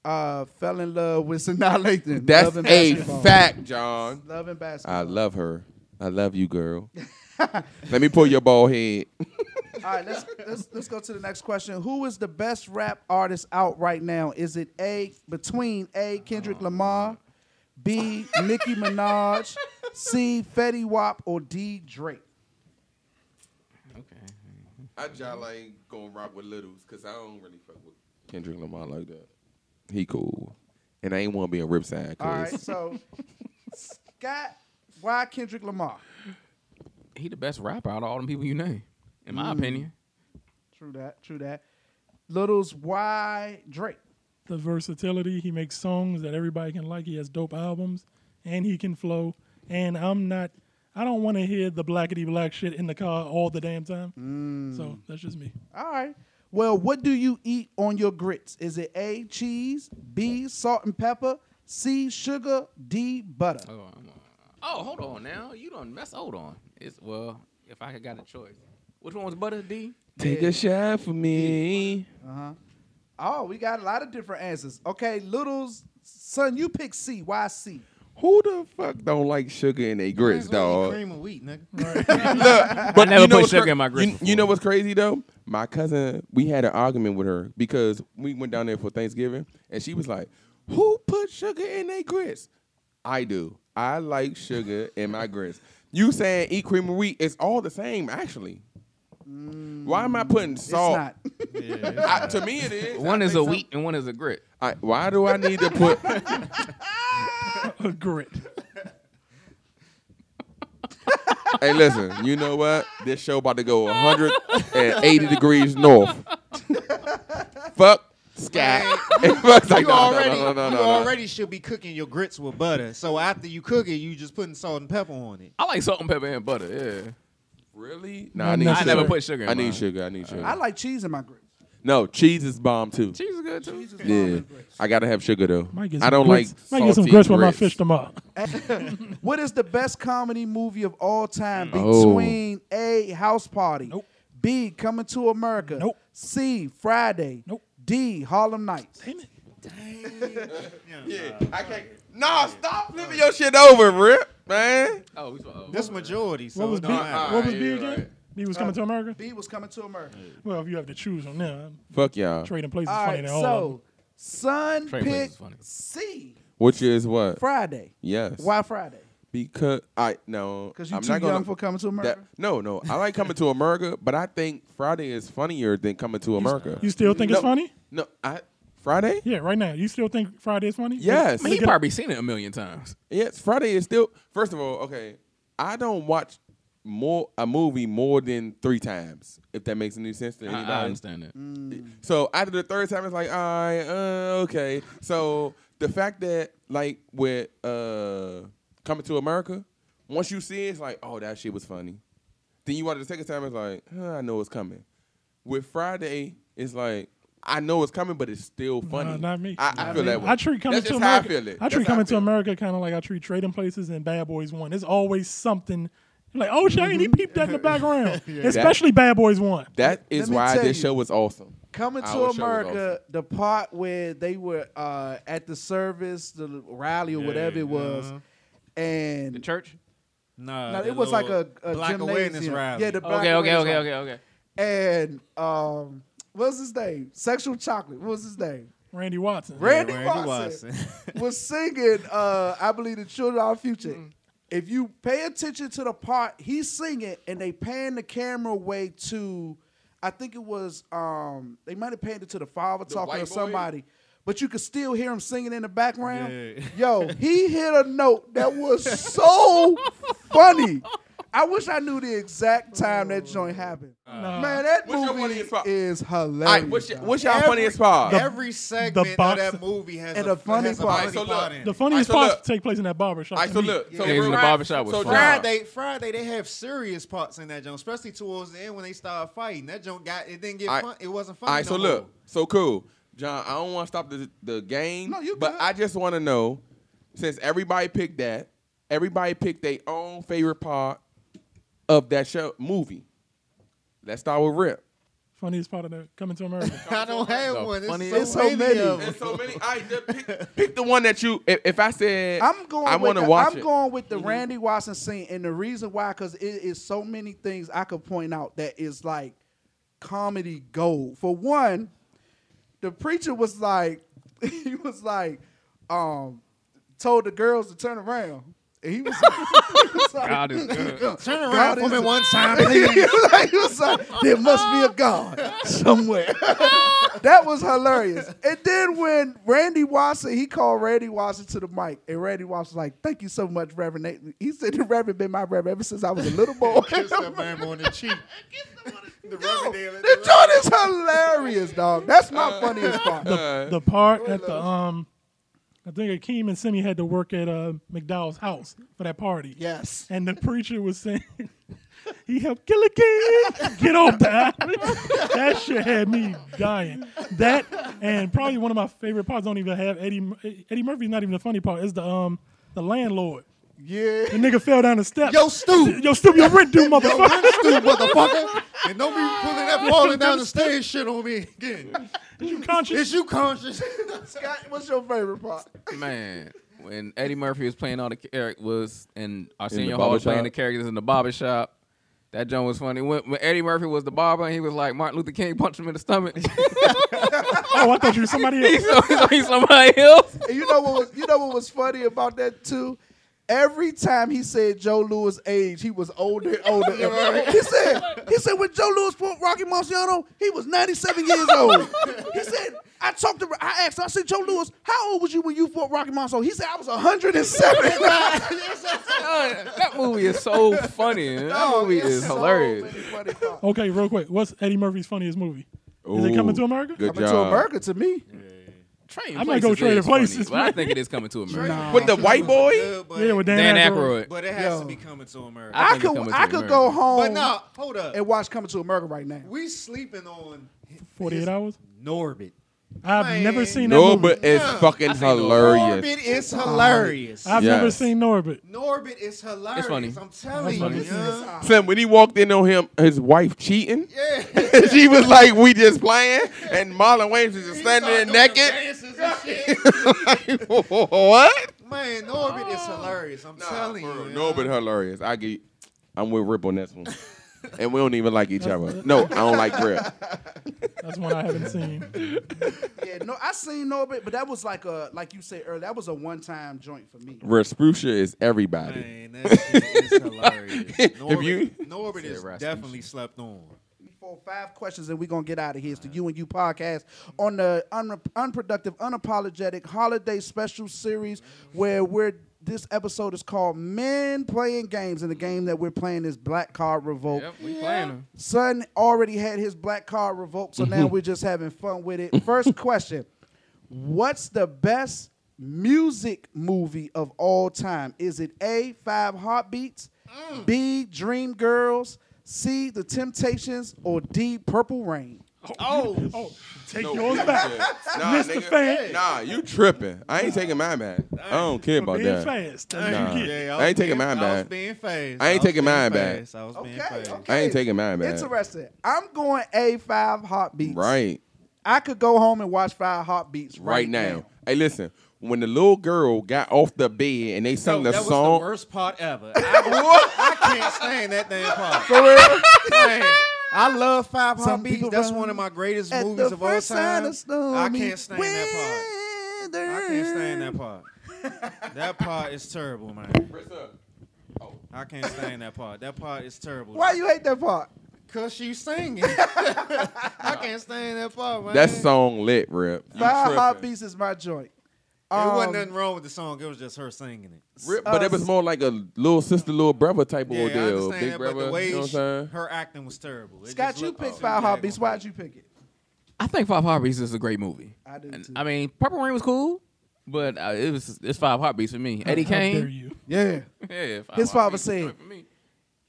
S1: uh, fell in love with Sanaa Lathan.
S5: That's
S1: Love and
S5: a
S1: Basketball.
S5: fact, John.
S1: Love and basketball.
S5: I love her. I love you, girl. Let me pull your bald head.
S1: All right, let's, let's let's go to the next question. Who is the best rap artist out right now? Is it A between A Kendrick Lamar, B Nicki Minaj, C Fetty Wap, or D Drake?
S2: Okay.
S5: I jolly ain't gonna rock with littles because I don't really fuck with Kendrick Lamar like that. He cool, and I ain't want to be a rip side.
S1: All
S5: Cause
S1: right, so Scott, why Kendrick Lamar?
S2: He the best rapper out of all them people you name, in
S5: Mm.
S2: my opinion.
S1: True that, true that. Littles, why Drake?
S3: the versatility. He makes songs that everybody can like. He has dope albums, and he can flow. And I'm not. I don't want to hear the blackety black shit in the car all the damn time. So that's just me.
S1: All right. Well, what do you eat on your grits? Is it A cheese, B salt and pepper, C sugar, D butter?
S2: Oh, I'm, uh, oh, hold on now. You don't mess. Hold on. It's well, if I got a choice, Which one was Butter D?
S5: Take a shot for me.
S1: Uh-huh. Oh, we got a lot of different answers. Okay, Littles, son, you pick C. Why C?
S5: Who the fuck don't like sugar in their grits,
S4: That's why you
S5: dog?
S4: Cream of wheat, nigga.
S5: But
S2: I never
S5: you know
S2: put
S5: what's
S2: sugar
S5: cra-
S2: in my grits
S5: You, you know what's crazy though? My cousin, we had an argument with her because we went down there for Thanksgiving, and she was like, "Who put sugar in their grits?" I do. I like sugar in my grits. You saying eat cream of wheat? It's all the same, actually. Why am I putting
S3: Oh.
S5: salt?
S1: Mm, It's not.
S5: I- to me, it is.
S2: One
S5: I
S2: is a
S5: think so.
S2: wheat and one is a grit.
S5: I, why do I need to put?
S3: A grit.
S5: hey, listen. You know what? This show about to go 180 degrees north. Fuck sky. Fuck like,
S4: you
S5: no, no, no,
S4: already,
S5: no, no,
S4: you
S5: no, no.
S4: already should be cooking your grits with butter. So after you cook it, you just putting salt and pepper on it.
S2: I like salt and pepper and butter. Yeah.
S5: Really? No, I,
S3: Not
S5: need
S3: necessary.
S5: sugar.
S2: I never put sugar in
S5: I need
S2: mine.
S5: sugar. I need sugar.
S1: I like cheese in my grits.
S5: no, cheese is bomb too.
S2: Cheese is good too.
S1: Cheese is bomb
S5: Yeah,
S1: in grits.
S5: I gotta have sugar though.
S3: Might get some
S5: I don't
S3: grits.
S5: like.
S3: Might get some
S5: salty
S3: grits when I
S5: grits.
S3: fish them up.
S1: What is the best comedy movie of all time
S5: Oh.
S1: between A, House Party,
S3: Mm. Nope.
S1: B, Coming to America,
S3: Nope.
S1: C, Friday,
S3: Nope.
S1: D, Harlem Nights?
S3: Damn it.
S5: Yeah, I can't. Nah, stop flipping your shit over, Rip, man.
S2: Oh, we supposed-
S4: That's majority. So
S3: What was
S4: it
S3: B?
S4: don't matter.
S5: uh,
S3: What was
S5: yeah,
S3: B again?
S5: right.
S3: B was coming to America.
S1: B was Coming to America.
S3: Well, if you have to choose from them,
S5: Fuck y'all.
S3: trading places
S1: All
S3: funny
S1: right,
S3: than all. of them.
S1: so Sun
S2: Trey Blaze is
S1: picked
S2: funny.
S1: C,
S5: Which is what?
S1: Friday.
S5: Yes.
S1: Why Friday?
S5: Because I no.
S1: Because you're
S5: I'm
S1: too
S5: not
S1: young
S5: gonna,
S1: for Coming to America?
S5: that, No, no. I like coming to America, but I think Friday is funnier than coming to America.
S3: You still think it's
S5: No.
S3: funny?
S5: no, I Friday.
S3: Yeah, right now. You still think Friday is funny?
S5: Yes.
S2: Man, he probably seen it a million times.
S5: Yes, Friday is still. First of all, okay, I don't watch more a movie more than three times. If that makes any sense to
S2: I,
S5: anybody.
S2: I understand that.
S5: So after the third time, it's like, all right, uh, okay. So the fact that like with uh coming to America, once you see it, it's like, oh, that shit was funny. Then you watch it the second time, it's like, huh, I know it's coming. With Friday, it's like. I know it's coming, but it's still funny.
S3: not me.
S5: I, I feel that way.
S3: I treat coming
S5: That's
S3: to
S5: just
S3: America.
S5: How I feel it.
S3: treat
S5: That's how
S3: coming
S5: feel
S3: to
S5: it.
S3: America kind of like I treat Trading Places and Bad Boys One. There's always something like, oh shit, I ain't he peeped that in the background, especially Bad Boys One.
S5: That is
S1: me
S5: why
S1: tell
S5: this
S1: you.
S5: show was awesome.
S1: Coming to
S5: Our show was
S1: America, the part where they were uh, at the service, the rally or whatever it was,
S4: uh-huh.
S1: and
S2: The church.
S4: Nah,
S1: no,
S4: that
S1: it was like
S4: little
S1: a, a
S4: black awareness
S1: gymnasium.
S4: rally.
S1: Yeah, the black
S2: Okay, okay,
S1: awareness
S2: okay,
S1: rally.
S2: okay, okay.
S1: And um, what was his name? Sexual Chocolate. What was his name?
S3: Randy Watson.
S4: Yeah,
S1: Randy, Watson, was singing. Uh, I believe the children are our future.
S5: Mm-hmm.
S1: If you pay attention to the part he's singing, and they pan the camera way to, I think it was um, they might have panned it to the father talking
S5: white
S1: to
S5: boy?
S1: somebody. But you could still hear him singing in the background.
S4: Yeah.
S1: Yo, he hit a note that was so funny. I wish I knew the exact time that joint happened. Man, that
S5: Oh, Uh, What's your
S1: movie
S5: funniest part?
S1: is hilarious.
S5: All right, what's, your,
S1: dog.
S5: what's y'all funniest part?
S4: Every segment
S3: box-
S4: of that movie has
S1: And
S4: a
S1: the funny
S4: has a
S1: part-
S4: funny
S5: Alright, so
S4: part
S5: look,
S4: in
S3: The
S4: it.
S3: funniest
S5: All right, so
S3: parts
S5: look.
S3: take place in that barbershop.
S5: All right,
S3: to
S5: so
S3: me.
S5: look, so
S2: Niggas in the
S5: Rod-
S2: barbershop was
S5: so
S2: fun.
S5: Rod-
S4: Friday, Friday, they have serious parts in that joint, especially towards the end when they start fighting. That joint got it didn't get
S5: Alright.
S4: fun. It wasn't funny.
S5: All right,
S4: no
S5: so
S4: more.
S5: look, so cool, John. I don't want to stop the the game,
S1: No, you
S5: but
S1: good.
S5: I just want to know, since everybody picked that, everybody picked their own favorite part of that show movie. Let's start with Rip.
S3: Funniest part of that coming to America.
S4: I don't have one. It's
S2: funny-
S4: so,
S1: It's so
S4: many.
S1: many.
S4: Of them.
S5: There's so many. I pick, pick the one that you. If, if I said
S1: I'm going.
S5: I
S1: with
S5: want to
S1: the-
S5: watch
S1: I'm
S5: it. Mm-hmm.
S1: going with the Randy Watson scene, and the reason why, because it is so many things I could point out that is like comedy gold. For one, the preacher was like, he was like, um, told the girls to turn around, and he was, he was like,
S2: God is good.
S4: Turn
S1: God
S4: around for
S1: is-
S4: me one time,
S1: he
S4: please.
S1: was like, he was like, there must be a God somewhere. that was hilarious. And then when Randy Watson, he called Randy Watson to the mic, and Randy Watson was like, "Thank you so much, Reverend." Nathan." He said, "The Reverend been my Reverend ever since I was a little boy."
S4: Kiss that man on the cheek. The
S1: Yo,
S4: rubber dam-
S1: the Uh, joint is hilarious, dog. That's my funniest part.
S3: the part at the um, I think Akeem and Simi had to work at uh, McDowell's house for that party.
S1: yes.
S3: and the preacher was saying he helped kill a kid get off the island. that shit had me dying. That and probably one of my favorite parts. Don't even have Eddie Eddie Murphy's not even the funny part. Is the um the landlord
S4: Yeah.
S3: The nigga fell down the steps.
S4: Yo, Stu.
S3: Yo, Stu, your rent due,
S4: Yo,
S3: motherfucker.
S4: run, Stu, motherfucker. And don't be pulling that falling down the stairs shit on me again.
S3: you conscious?
S4: Is you conscious?
S1: Scott, what's your favorite part?
S2: Man, when Eddie Murphy was playing all the characters was and Arsenio
S5: the
S2: Hall
S5: barber
S2: was playing
S5: shop.
S2: the characters in the barber shop. That joint was funny. When, when Eddie Murphy was the barber, and he was like Martin Luther King punched him in the stomach.
S3: Oh, I thought you were somebody
S2: he's,
S3: else.
S2: so, he's somebody else.
S1: And you know what was you know what was funny about that too? Every time he said Joe Lewis' age, he was older and older. and- He said, he said when Joe Lewis fought Rocky Marciano, he was 97 years old. He said, I talked to I asked him, I said, Joe Lewis, how old was you when you fought Rocky Marciano? He said, I was 107.
S2: Son, that movie is so funny. man. That movie
S1: Oh, It's
S2: is
S1: so
S2: hilarious.
S1: many funny parts.
S3: Okay, real quick. What's Eddie Murphy's funniest movie? Is it
S5: Ooh,
S3: coming to America?
S5: Good
S1: Coming
S5: job.
S1: to America to me.
S2: Trading
S3: I might go
S2: Places
S3: Trading
S2: is funny,
S3: Places,
S2: but I
S3: man.
S2: think it is coming to America.
S5: With the white boy?
S4: Good, but,
S3: Yeah, with Dan,
S2: Dan
S3: Aykroyd.
S2: Aykroyd.
S4: but it has
S1: Yo.
S4: to be coming to America.
S1: I,
S2: think it's
S1: could
S2: coming to
S1: I could
S2: America.
S1: go home
S4: but nah, hold up.
S1: and watch Coming to America right now.
S4: we sleeping on his-
S3: 48 hours?
S4: Norbit.
S3: I've
S4: Man.
S3: never seen that
S5: No,
S3: movie.
S5: but it's
S4: Yeah.
S5: fucking hilarious.
S4: Norbit is hilarious.
S3: I've never
S5: Yes.
S3: seen Norbit.
S4: Norbit is hilarious.
S2: funny.
S4: I'm telling
S3: funny.
S4: you. Yeah.
S5: Son, when he walked in on him, his wife cheating,
S4: yeah.
S5: she was like, "We just playing," and Marlon Wayans is just standing there
S4: He
S5: naked.
S4: started doing the dances and shit.
S5: what?
S4: Man, Norbit is hilarious. I'm telling
S5: for real.
S4: you.
S5: No,
S4: yeah.
S5: but hilarious. I get. I'm with Rip on this one, and we don't even like each other. No, I don't like Rip.
S3: That's one I haven't seen.
S1: Yeah, no, I seen Norbit, but that was like a like you said earlier, that was a one time joint for me.
S5: Respucia is everybody.
S4: Man, that shit is hilarious.
S5: If you-
S4: Norbit, Norbit is
S2: Rasmussen.
S4: definitely slept on.
S1: For five questions, and we're gonna get out of here. It's the You and You podcast on the un- unproductive, unapologetic holiday special series where we're. This episode is called "Men Playing Games," and the game that we're playing is Black Card Revoke.
S2: Yep, we playing them.
S1: Son already had his black card revoked, so
S5: Mm-hmm.
S1: now we're just having fun with it. First question What's the best music movie of all time? Is it A, Five Heartbeats,
S5: Mm.
S1: B, Dream Girls, C, The Temptations, or D, Purple Rain?
S4: Oh,
S3: Oh, take yours back.
S5: Nah,
S3: Mr.
S5: nigga.
S3: Fan.
S5: Nah, you tripping. I ain't taking mine back. I don't care
S3: For
S5: about
S3: being
S5: that.
S3: fast. That's what you
S5: Nah.
S3: get.
S5: I ain't taking mine
S4: I was
S5: back.
S4: being fast.
S5: I ain't
S4: was
S5: taking
S4: being
S5: mine back.
S4: fast. I was being
S1: Okay,
S4: fast.
S1: okay.
S5: I ain't taking mine back.
S1: Interesting. I'm going A5 Heartbeats.
S5: Right,
S1: I could go home and watch Five Heartbeats
S5: right,
S1: right,
S5: now. Hey, listen. When the little girl got off the bed and they sung
S4: Yo,
S5: the
S4: that was
S5: song,
S4: the worst part ever. I, I can't stand that damn part.
S1: For real?
S4: Man, I love Five
S1: Some people
S4: Heartbeats. That's
S1: run
S4: one of my greatest
S1: At
S4: movies
S1: the
S4: of all
S1: first sign
S4: time.
S1: of storm,
S4: I can't stand that
S1: weather.
S4: part. I can't stand that part. that part is terrible, man. I can't stand that part. That part is terrible.
S1: Why you hate that part?
S4: Cause she's singing. I can't stand that part, man.
S5: that song lit, Rip. You
S1: Five
S5: tripping.
S1: Heartbeats is my joint.
S4: It
S1: Um,
S4: wasn't nothing wrong with the song. It was just her singing it.
S5: Rip,
S1: Uh,
S5: but it was more like a little sister, little brother type of
S4: Yeah, I
S5: deal.
S4: understand
S5: Big
S4: that,
S5: brother,
S4: but the way
S5: you know what I'm
S4: she-
S5: saying?
S4: her acting was terrible. It
S1: Scott,
S4: just
S1: you
S4: looked
S1: picked
S4: too
S1: Five
S4: daggone
S1: Heartbeats. Why'd
S4: bad.
S1: you pick it?
S2: I think Five Heartbeats is a great movie.
S1: I do
S2: And,
S1: too.
S2: I mean, Purple Rain was cool, but uh, it was it's Five Heartbeats for me. Eddie
S3: How dare
S2: Kane,
S3: you?
S1: Yeah.
S2: yeah, Five
S1: His father
S2: Heartbeats
S1: said-
S2: was great for me.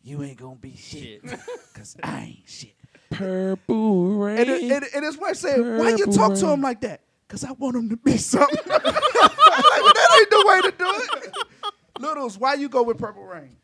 S1: You ain't gonna be shit. Cause I ain't shit.
S5: Purple rain.
S1: And, it, and, it- and his wife said, Why you talk to him like that? Cause I want him to be something. like, well, that ain't the way to do it. Littles, why you go with Purple Rain?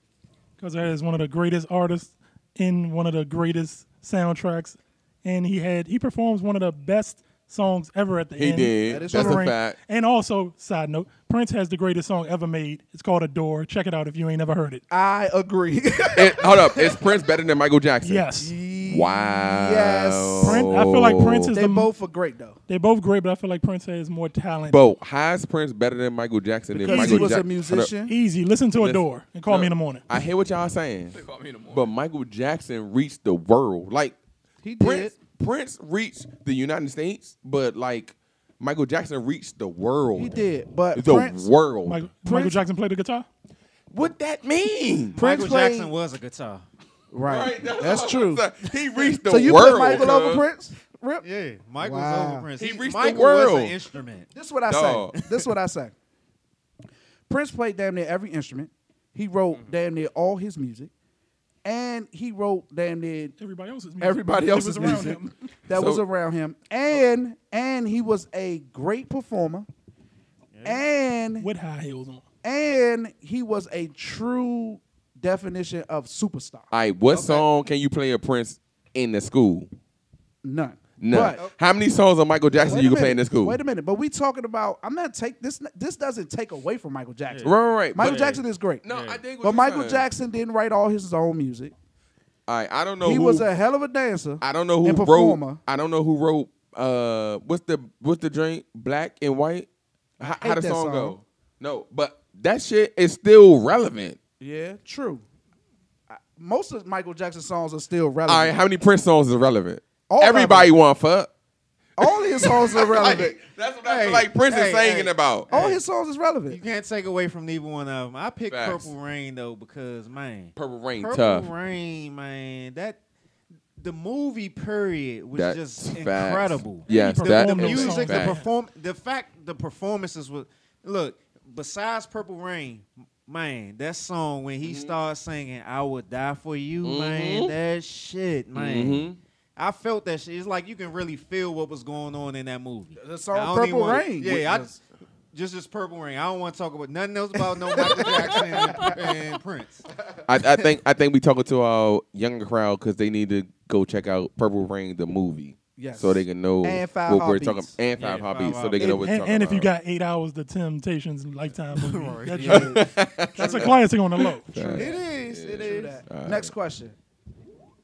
S3: Because that is one of the greatest artists in one of the greatest soundtracks, and he had he performs one of the best songs ever at the
S5: he
S3: end.
S5: did.
S1: That is
S5: That's a
S3: Purple Rain.
S5: fact.
S3: And also, side note, Prince has the greatest song ever made. It's called "A Door." Check it out if you ain't never heard it.
S1: I agree.
S5: And- hold up. Is Prince better than Michael Jackson?
S3: Yes,
S5: Wow.
S1: Yes.
S3: Prince. I feel like Prince is
S1: they
S3: the
S1: both are great though.
S3: They're both great, but I feel like Prince has more talent.
S5: Bro, how is Prince better than Michael Jackson? than
S1: Because
S5: Michael
S1: he was a
S5: Jack- Hold
S1: musician.
S3: Easy. Listen to a
S5: Listen,
S3: door and call me in the
S5: no.
S3: morning.
S5: up. I hear what y'all saying,
S2: Call me in the morning.
S5: but Michael Jackson reached the world. Like
S1: He did.
S5: Prince, Prince reached the United States, but like Michael Jackson reached the world.
S1: He did. But
S5: The
S1: Prince,
S5: world.
S3: Michael, Michael Jackson played the guitar.
S5: what that mean?
S1: Prince
S4: Michael
S1: played-
S4: Jackson was a guitar.
S1: Right.
S5: Right,
S1: That's
S5: what
S1: true.
S5: I'm saying. He reached the
S1: So you put
S5: world.
S1: Michael over
S5: cuz.
S1: Prince? Rip?
S4: Yeah, Michael was
S1: Wow.
S4: over Prince.
S5: He reached the
S4: Michael was
S5: world.
S4: an instrument.
S1: This is what I
S5: Dog.
S1: say. This is what I say. Prince played damn near every instrument. He wrote
S5: Mm-hmm.
S1: damn near all his music, and he wrote damn near
S3: Everybody else is music.
S1: everybody
S3: It
S1: else's
S3: was around
S1: music
S3: him.
S1: that was
S5: So-
S1: around him. And and he was a great performer. And
S3: With high heels on.
S1: and he was a true definition of superstar.
S5: All right, what
S4: Okay.
S5: song can you play a Prince in the school?
S1: None.
S5: No.
S1: But-
S5: How many songs of Michael Jackson
S1: Wait
S5: you
S1: a
S5: can play
S1: minute.
S5: in the school?
S1: Wait a minute, but we talking about. I'm not take this. This doesn't take away from Michael Jackson.
S5: Right, right, right.
S1: Michael
S5: But-
S1: Jackson is great.
S5: No,
S4: Yeah.
S5: I think.
S1: but Michael Jackson didn't write all his own music.
S5: All right, I don't know.
S1: he
S5: who,
S1: was a hell of a dancer.
S5: I don't know who
S1: and
S5: wrote.
S1: performer.
S5: I don't know who wrote. Uh, what's the what's the drink? Black and white. How, how
S1: hate
S5: the
S1: that
S5: song,
S1: song.
S5: go? No, but that shit is still relevant.
S1: yeah, true. I- Most of Michael Jackson's songs are still
S5: All right,
S1: relevant.
S5: how many Prince songs is relevant?
S1: All
S5: Everybody want fuck.
S1: all his songs are relevant.
S5: Like, that's what I
S4: Hey,
S5: feel like Prince is
S4: hey,
S5: singing
S4: hey.
S5: about.
S1: all his songs is relevant.
S4: You can't take away from neither one of them. I picked
S5: Facts.
S4: Purple Rain though because man,
S5: Purple Rain,
S4: Purple
S5: tough.
S4: Rain, man, that the movie period was
S5: That's
S4: just
S5: facts.
S4: incredible.
S5: Yes,
S4: the,
S5: that
S4: the
S5: is
S4: music, the
S5: facts.
S4: perform, the fact, the performances was look. Besides Purple Rain, man, that song when
S1: Mm-hmm.
S4: he starts singing "I Would Die for You," man,
S5: Mhm.
S4: that shit, man.
S1: Mm-hmm.
S5: Mhm.
S4: I felt that shit. It's like you can really feel what was going on in that movie.
S1: The song
S4: I don't
S1: Purple
S4: even wanna-
S1: Rain
S4: Yeah, I
S1: was-
S4: just just this Purple Rain. I don't want to talk about nothing else about no Michael Jackson and, and Prince.
S5: I, I think I think we talking to our younger crowd because they need to go check out Purple Rain the movie.
S1: Yes.
S5: So they can know
S1: And Five
S5: what
S1: Heartbeats.
S5: we're talking and
S4: Yeah,
S5: five
S4: Five
S5: hobbies. So they can know what
S3: and,
S5: we're talking
S3: and
S5: about.
S3: if you got eight hours, the Temptations lifetime movie. That's,
S1: Yeah,
S3: that's a classic on the low.
S5: Facts.
S4: It is. It
S1: true
S4: is.
S1: that. Next question.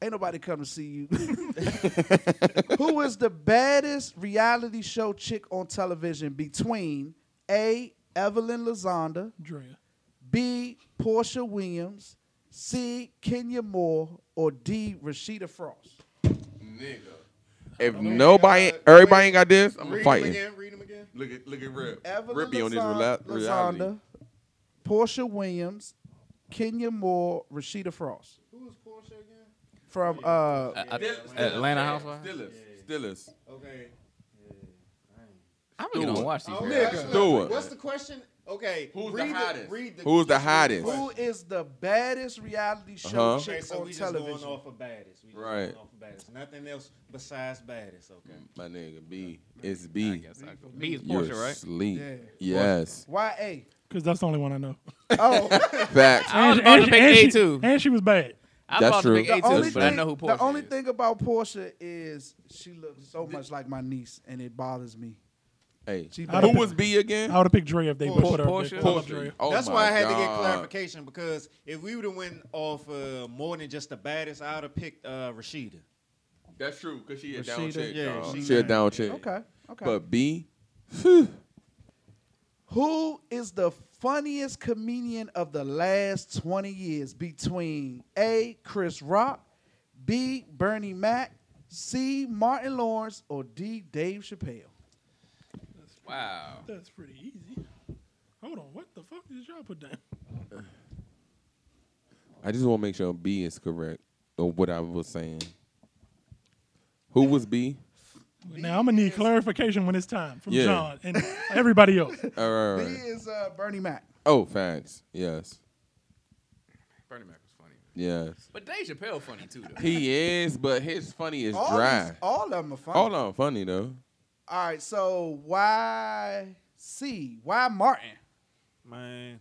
S1: Ain't nobody come to see you. Who is the baddest reality show chick on television between A. Evelyn Lazonda,
S3: Drea.
S1: B. Portia Williams, C. Kenya Moore, or D. Rashida Frost?
S5: If nobody, everybody ain't got this, I'm
S4: Read
S5: fighting.
S4: them again. Read them again.
S5: Look at look at Rip.
S1: Evelyn
S5: Rip be on his
S1: Lazon-
S5: rela- reality.
S1: Lazonda, Portia Williams, Kenya Moore, Rashida Frost
S4: Who was Portia again?
S1: from uh,
S2: A- a- Atlanta Housewives.
S5: Stillers. Stillers.
S4: Okay.
S2: I really don't
S5: Stewart.
S2: watch these.
S4: Oh,
S2: reality
S5: nigga.
S2: shows.
S5: Do it.
S4: What's the question? Okay.
S5: Who's the
S4: read
S5: hottest?
S4: read the,
S5: Who's the
S4: just read
S5: hottest?
S4: question.
S1: Who is the baddest reality show
S5: Uh-huh.
S1: chick
S4: Okay, so
S1: on
S4: we just
S1: television?
S4: going off of baddest. We just
S5: Right.
S4: Going off of baddest. Nothing else besides baddest. Okay.
S5: My nigga B. It's B.
S2: I guess I could. B is
S5: You're
S2: Portia, right?
S5: sleep.
S1: Yeah.
S5: Yes.
S1: Why
S3: Because that's the only one I know.
S1: Oh,
S5: Facts.
S2: I was about
S3: And- and
S2: to
S3: she-
S2: pick
S3: and
S2: A
S3: she-
S2: too.
S3: And she was bad.
S2: I'm
S5: That's
S2: about
S5: true.
S2: to pick
S1: the
S2: A
S1: only,
S2: too,
S1: thing,
S2: but I know who Portia
S1: the only
S2: is.
S1: thing about Portia is she looks so much like my niece, and it bothers me.
S5: Hey.
S1: She
S3: I
S5: Who
S3: don't-
S5: was B
S3: I
S5: again?
S3: would have picked Drea if they
S4: Portia.
S3: put her. up
S2: Portia.
S3: there. I love
S5: Portia.
S3: Drea.
S5: Oh
S4: That's
S5: my
S4: why I had to get
S5: God.
S4: clarification because if we would have went off uh, more than just the baddest, I would have picked uh, Rashida.
S5: That's true, cause she a down
S1: Rashida,
S5: chick.
S4: yeah,
S5: dog.
S4: she
S5: she a
S4: mad.
S5: down chick.
S1: okay, okay.
S5: But B,
S1: Who is the funniest comedian of the last 20 years between A. Chris Rock, B. Bernie Mac, C. Martin Lawrence, or D. Dave Chappelle?
S2: Wow.
S3: That's pretty easy. Hold on, what the fuck did y'all put down?
S5: I just want to make sure B is correct of what I was saying. Who was B?
S3: Now I'm gonna need clarification when it's time from
S5: Yeah.
S3: John and everybody else.
S5: All right, all
S1: B
S5: right.
S1: is uh, Bernie Mac.
S5: Oh, facts. Yes,
S2: Bernie Mac was funny.
S5: yes.
S2: But Dave Chappelle funny too though.
S5: He is, but his funny is
S1: All,
S5: dry.
S1: these- all of them are funny.
S5: All on funny though.
S1: All right, so why C? Why Martin?
S4: Man,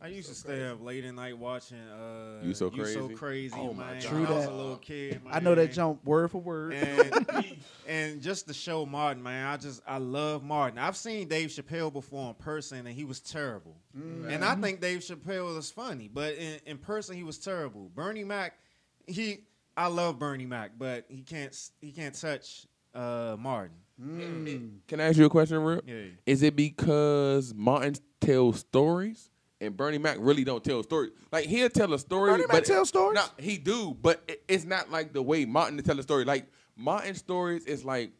S4: I used to stay up late at night watching. Uh,
S5: You So
S4: You so
S5: Crazy?
S4: crazy.
S5: Oh, my
S4: man.
S5: God.
S1: True
S4: I was
S1: that.
S4: a little kid. Man.
S1: I know that jump word for word.
S4: And, and just to show Martin, man, I just I love Martin. I've seen Dave Chappelle before in person, and he was terrible. And I think Dave Chappelle is funny, but in, in person he was terrible. Bernie Mac, he I love Bernie Mac, but he can't s- he can't touch uh, Martin.
S5: Can I ask you a question, Rip?
S4: Yeah.
S5: Is it because Martin tells stories and Bernie Mac really don't tell stories? Like he'll tell a story.
S1: Bernie Mac
S5: but
S1: tell stories?
S5: No, he do, but it, it's not like the way Martin tell a story. Like Martin's stories is like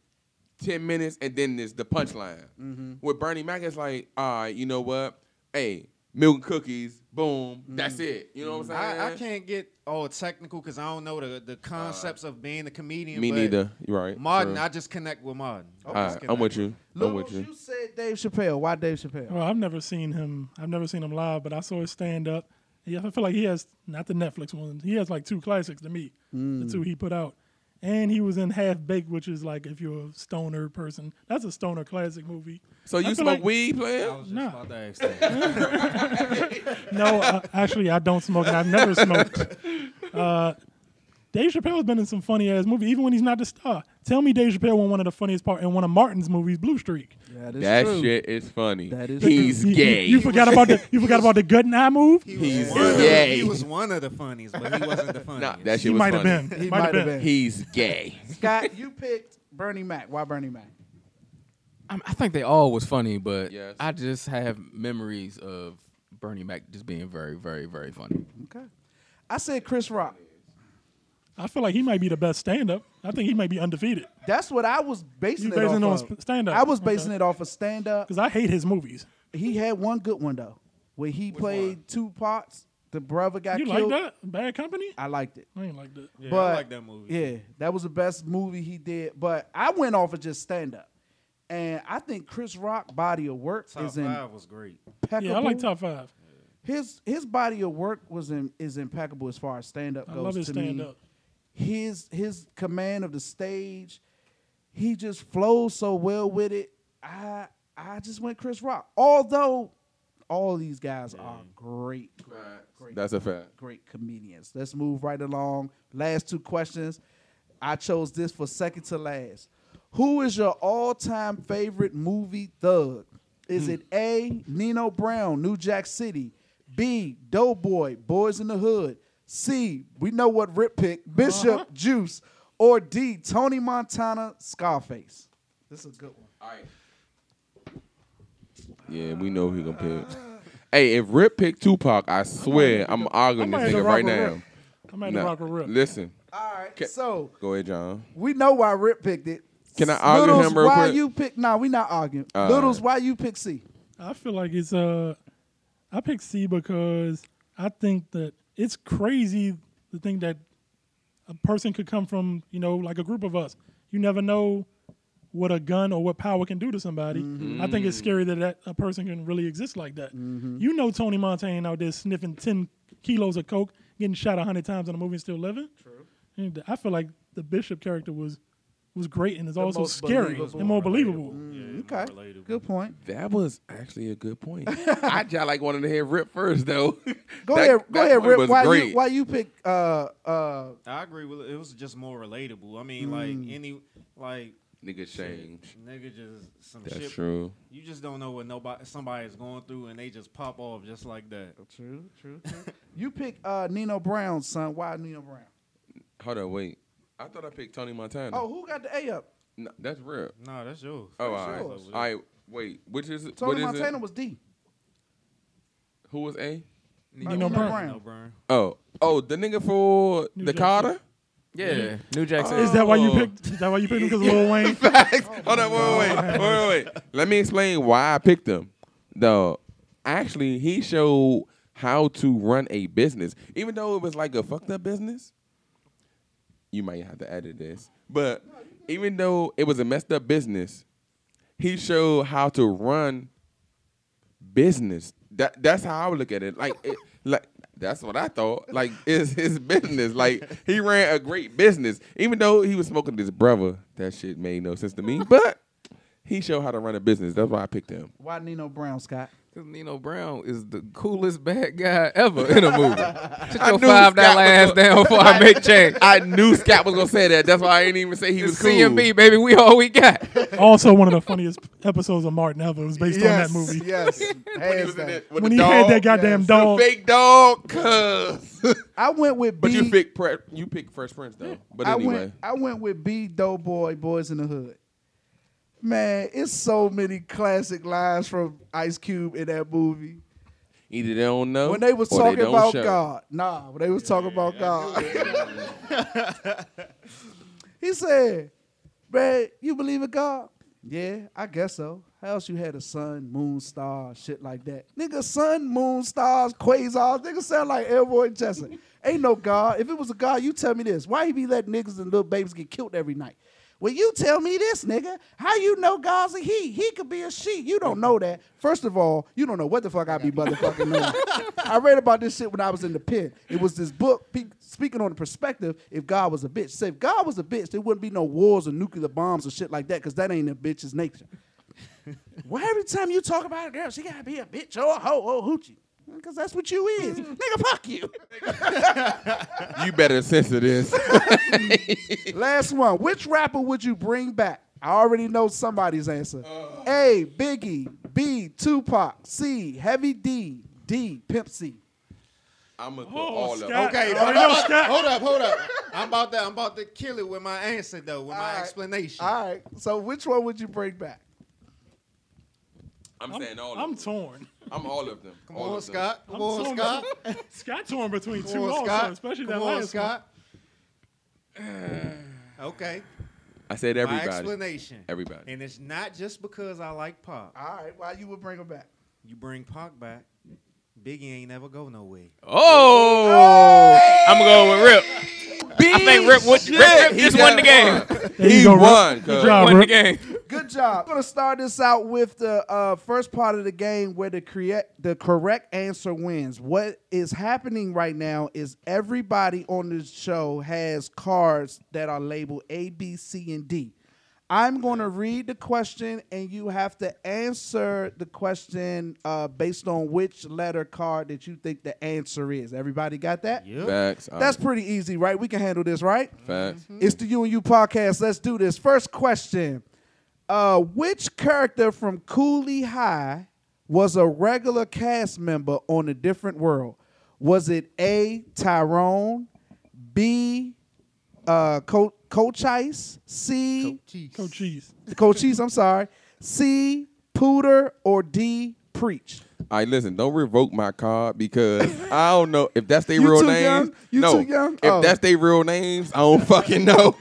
S5: ten minutes and then it's the punchline. With Bernie Mac, it's like, all right, you know what? Hey, milk and cookies, boom, that's it. You know what I'm saying?
S4: I, I can't get all technical because I don't know the, the concepts of being a comedian.
S5: Me
S4: but
S5: neither. You're right.
S4: Martin,
S5: True.
S4: I just connect with Martin.
S5: All right, I'm with you. I'm
S1: Lewis,
S5: with
S1: you
S5: you.
S1: said Dave Chappelle. Why Dave Chappelle?
S3: Well, I've never seen him. I've never seen him live, but I saw his stand up. Mm. Yeah, I feel like he has not the Netflix one. He has like two classics to me, the two he put out, and he was in Half Baked, which is like if you're a stoner person. That's a stoner classic movie.
S5: So
S3: I
S5: you
S3: feel
S5: smoke
S3: like-
S5: weed,
S4: I
S5: player?
S4: was just
S3: Nah.
S4: about to ask that.
S3: No, uh, actually, I don't smoke, and I've never smoked. Uh, Dave Chappelle's been in some funny ass movies, even when he's not the star. Tell me, Dave Chappelle won one of the funniest part in one of Martin's movies, Blue Streak.
S1: That is
S5: That
S1: true.
S5: shit is funny.
S1: That is
S5: He's
S3: You- you-
S5: gay.
S3: You, forgot about the you forgot about the gut and eye move.
S4: He
S5: He's
S4: was, one of, the-
S5: gay.
S4: he was one of the funnies, but he wasn't the
S5: nah,
S4: funniest.
S5: that shit
S3: He
S5: was
S3: might have
S5: funny.
S3: been.
S1: He
S3: Might have been.
S5: He's gay.
S1: Scott, you picked Bernie Mac. Why Bernie Mac?
S2: I, I think they all was funny, but
S5: Yes.
S2: I just have memories of Bernie Mac just being very, very, very funny.
S1: Okay. I said Chris Rock.
S3: I feel like he might be the best stand up. I think he might be undefeated
S1: That's what I was basing
S3: You
S1: it
S3: basing it
S1: off
S3: on
S1: of.
S3: sp- stand-up.
S1: I was basing
S3: Okay.
S1: it off of stand up.
S3: because I hate his movies.
S1: He had one good one though, where he played two parts. The brother got
S3: You like
S1: killed.
S3: that? Bad Company?
S1: I liked it.
S3: I ain't like that.
S4: Yeah,
S1: but
S4: I like that movie.
S1: Yeah, that was the best movie he did. But I went off of just stand up, and I think Chris Rock body of work
S4: Top
S1: is
S4: five was great.
S1: impeccable.
S3: Yeah, I like top five.
S1: His his body of work was in, is impeccable as far as stand up
S3: I
S1: goes.
S3: love his
S1: to me.
S3: stand up.
S1: His his command of the stage, he just flows so well with it. I I just went Chris Rock. Although all these guys are great, great,
S5: That's a fact.
S1: great comedians. Let's move right along. Last two questions. I chose this for second to last. Who is your all-time favorite movie thug? Is it A. Nino Brown, New Jack City? B. Doughboy, Boys in the Hood? C. We know what Rip pick, Bishop Juice, or D. Tony Montana, Scarface. This is a good one.
S5: All right. Yeah, we know who he gonna pick. Hey, if Rip picked Tupac, I swear I'm arguing
S3: might
S5: this
S3: have to
S5: nigga
S3: rock
S5: right
S3: with Rip.
S5: now.
S3: I might
S5: Nah,
S3: rock a rip.
S5: Listen,
S1: All right,
S5: Ca-
S1: so
S5: go ahead, John.
S1: we know why Rip picked it.
S5: Can I argue
S1: Littles,
S5: him real
S1: why
S5: quick?
S1: you pick? Nah, we not arguing.
S5: All
S1: Littles,
S5: right.
S1: why you pick C?
S3: I feel like it's uh, I picked C because I think that it's crazy to think that a person could come from you know like a group of us. You never know what a gun or what power can do to somebody. I think it's scary that, that a person can really exist like that. You know Tony Montana out there sniffing ten kilos of coke, getting shot a hundred times in a movie and still living. True. And I feel like the Bishop character was was great and is also
S1: most
S3: scary
S1: believable.
S3: and more believable.
S1: Okay, good point.
S5: That was actually a good point. I just like wanted to hear Rip first though.
S1: Go
S5: That-
S1: ahead,
S5: that
S1: go ahead,
S5: point
S1: Rip.
S5: was
S1: Why
S5: great.
S1: you why you pick uh uh
S4: I agree with it. It was just more relatable. I mean, like any like
S5: Nigga change.
S4: nigga just some
S5: That's
S4: shit.
S5: true.
S4: You just don't know what nobody somebody's going through, and they just pop off just like that.
S1: True, true, true. you pick uh Nino Brown, son. Why Nino Brown?
S5: Hold on, wait. I thought I picked Tony Montana.
S1: Oh, who got the A up?
S5: no, that's Rip.
S4: Nah, that's yours.
S5: Oh,
S4: That's
S5: all right.
S4: yours.
S5: All right. Wait, which is it? what
S1: Tony
S5: is
S1: Montana
S5: it?
S1: was D.
S5: Who was A?
S1: Nino
S3: Brown.
S4: No, Brian.
S5: Oh, oh, the nigga for
S3: New
S5: the
S3: Jack
S5: Carter.
S2: Yeah, New Jack City.
S3: Is that why you
S5: Oh.
S3: picked? Is that why you picked him because Lil Wayne?
S5: Hold on, wait, wait, wait, wait, wait, wait. Let me explain why I picked him. Though, actually, he showed how to run a business, even though it was like a fucked up business. You might have to edit this, but even though it was a messed up business, he showed how to run business. That that's how I would look at it. Like, it, like that's what I thought. Like, it's his business. Like he ran a great business, even though he was smoking this brother. That shit made no sense to me, but he showed how to run a business. That's why I picked him.
S1: Why Nino Brown, Scott?
S2: Cause Nino Brown is the coolest bad guy ever in a movie. Sit your
S5: knew
S2: five
S5: Scott
S2: dollar
S5: was
S2: ass
S5: gonna-
S2: down before I make change.
S5: I knew Scott was gonna say that. That's why I didn't even say he
S2: It's
S5: was cool.
S2: CMB, baby. We all we got.
S3: also, one of the funniest episodes of Martin ever was based on that movie.
S1: Yes.
S5: He
S1: Hands
S5: was in
S1: down.
S5: it with
S3: When
S5: the
S3: he had
S5: dog.
S3: that goddamn
S1: yes.
S5: the
S3: dog,
S5: fake dog, cuz.
S1: I went with B.
S5: but you pick pre- you pick Fresh Prince though. But
S1: I
S5: anyway,
S1: went I went with B Doughboy Boys in the Hood. Man, it's so many classic lines from Ice Cube in that movie.
S5: either they don't know
S1: When they was
S5: or
S1: talking
S5: don't
S1: about
S5: show.
S1: God. Nah, when they was talking about God. he said, Man, you believe in God? Yeah, I guess so. How else you had a sun, moon, star, shit like that? Nigga, sun, moon, stars, quasars. Nigga sound like Elroy Jesse. Ain't no God. If it was a God, you tell me this. Why he be letting niggas and little babies get killed every night? Well, you tell me this, nigga. How you know God's a he? He could be a she. You don't know that. First of all, you don't know what the fuck I be motherfucking knowing. I read about this shit when I was in the pen. It was this book pe- speaking on the perspective if God was a bitch. Say if God was a bitch, there wouldn't be no wars or nuclear bombs or shit like that because that ain't a bitch's nature. Why every time you talk about a girl, she gotta be a bitch or a hoe or a hoochie? Because that's what you is. Nigga, fuck you.
S5: You better censor this.
S1: Last one. Which rapper would you bring back? I already know somebody's answer. A. Biggie. B. Tupac. C. Heavy D. D. Pimp C.
S5: I'm gonna put
S3: Oh,
S5: all of
S3: Scott.
S5: them.
S4: Okay,
S3: Oh,
S4: hold,
S3: no,
S4: up,
S3: stop.
S4: hold up, hold up. I'm about to, I'm about to kill it with my answer though, with my
S1: Alright.
S4: explanation.
S1: All right. So which one would you bring back?
S5: I'm, saying all.
S3: I'm
S5: of them.
S3: torn.
S5: I'm all of them.
S4: Come
S5: all
S4: on,
S5: of them.
S4: Scott.
S3: I'm
S4: Come on,
S3: torn
S4: Scott.
S3: between- Scott torn between
S4: Come
S3: two
S4: on,
S3: also,
S4: Scott.
S3: especially
S4: Come
S3: that
S4: on,
S3: last
S4: Scott. okay,
S5: I said
S4: my
S5: everybody.
S4: explanation.
S5: Everybody.
S4: And it's not just because I like Pop.
S1: All right. Why you would bring him back?
S4: You bring Pac back, Biggie ain't never go nowhere.
S2: Oh, I'm gonna go with Rip. I think Rip, would, Rip, Rip just won the game.
S3: one.
S5: He won. cuz.
S3: job.
S2: Won the
S3: Rip.
S2: game.
S1: Good job. I'm gonna start this out with the uh, first part of the game where the create the correct answer wins. What is happening right now is everybody on this show has cards that are labeled A, B, C, and D. I'm gonna read the question and you have to answer the question uh, based on which letter card that you think the answer is. Everybody got that?
S5: Facts. all
S1: That's
S5: right,
S1: pretty easy, right? We can handle this, right?
S5: facts.
S1: It's the You and You podcast. Let's do this. First question: uh, Which character from Cooley High was a regular cast member on A Different World? Was it A. Tyrone, B. Uh, Co- Cochise, C.
S3: Oh, jeez.
S1: Cochise? I'm sorry, C. Pooter, or D. Preach?
S5: All right, listen. Don't revoke my card because I don't know if that's their
S1: You
S5: real
S1: too
S5: names.
S1: young? You
S5: no,
S1: too young?
S5: if
S1: Oh.
S5: that's their real names, I don't fucking know.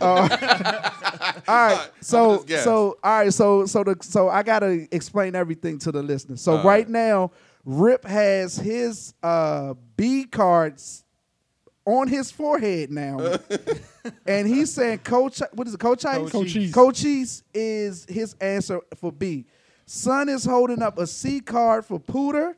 S1: All right,
S5: I'ma
S1: so
S5: just guess.
S1: so all right, so so the so I gotta explain everything to the listener. So right, now, Rip has his uh B cards on his forehead now, and he's saying coach. What is it, coach?
S3: Cochise.
S1: Cochise is his answer for B. Son is holding up a C card for Pooter.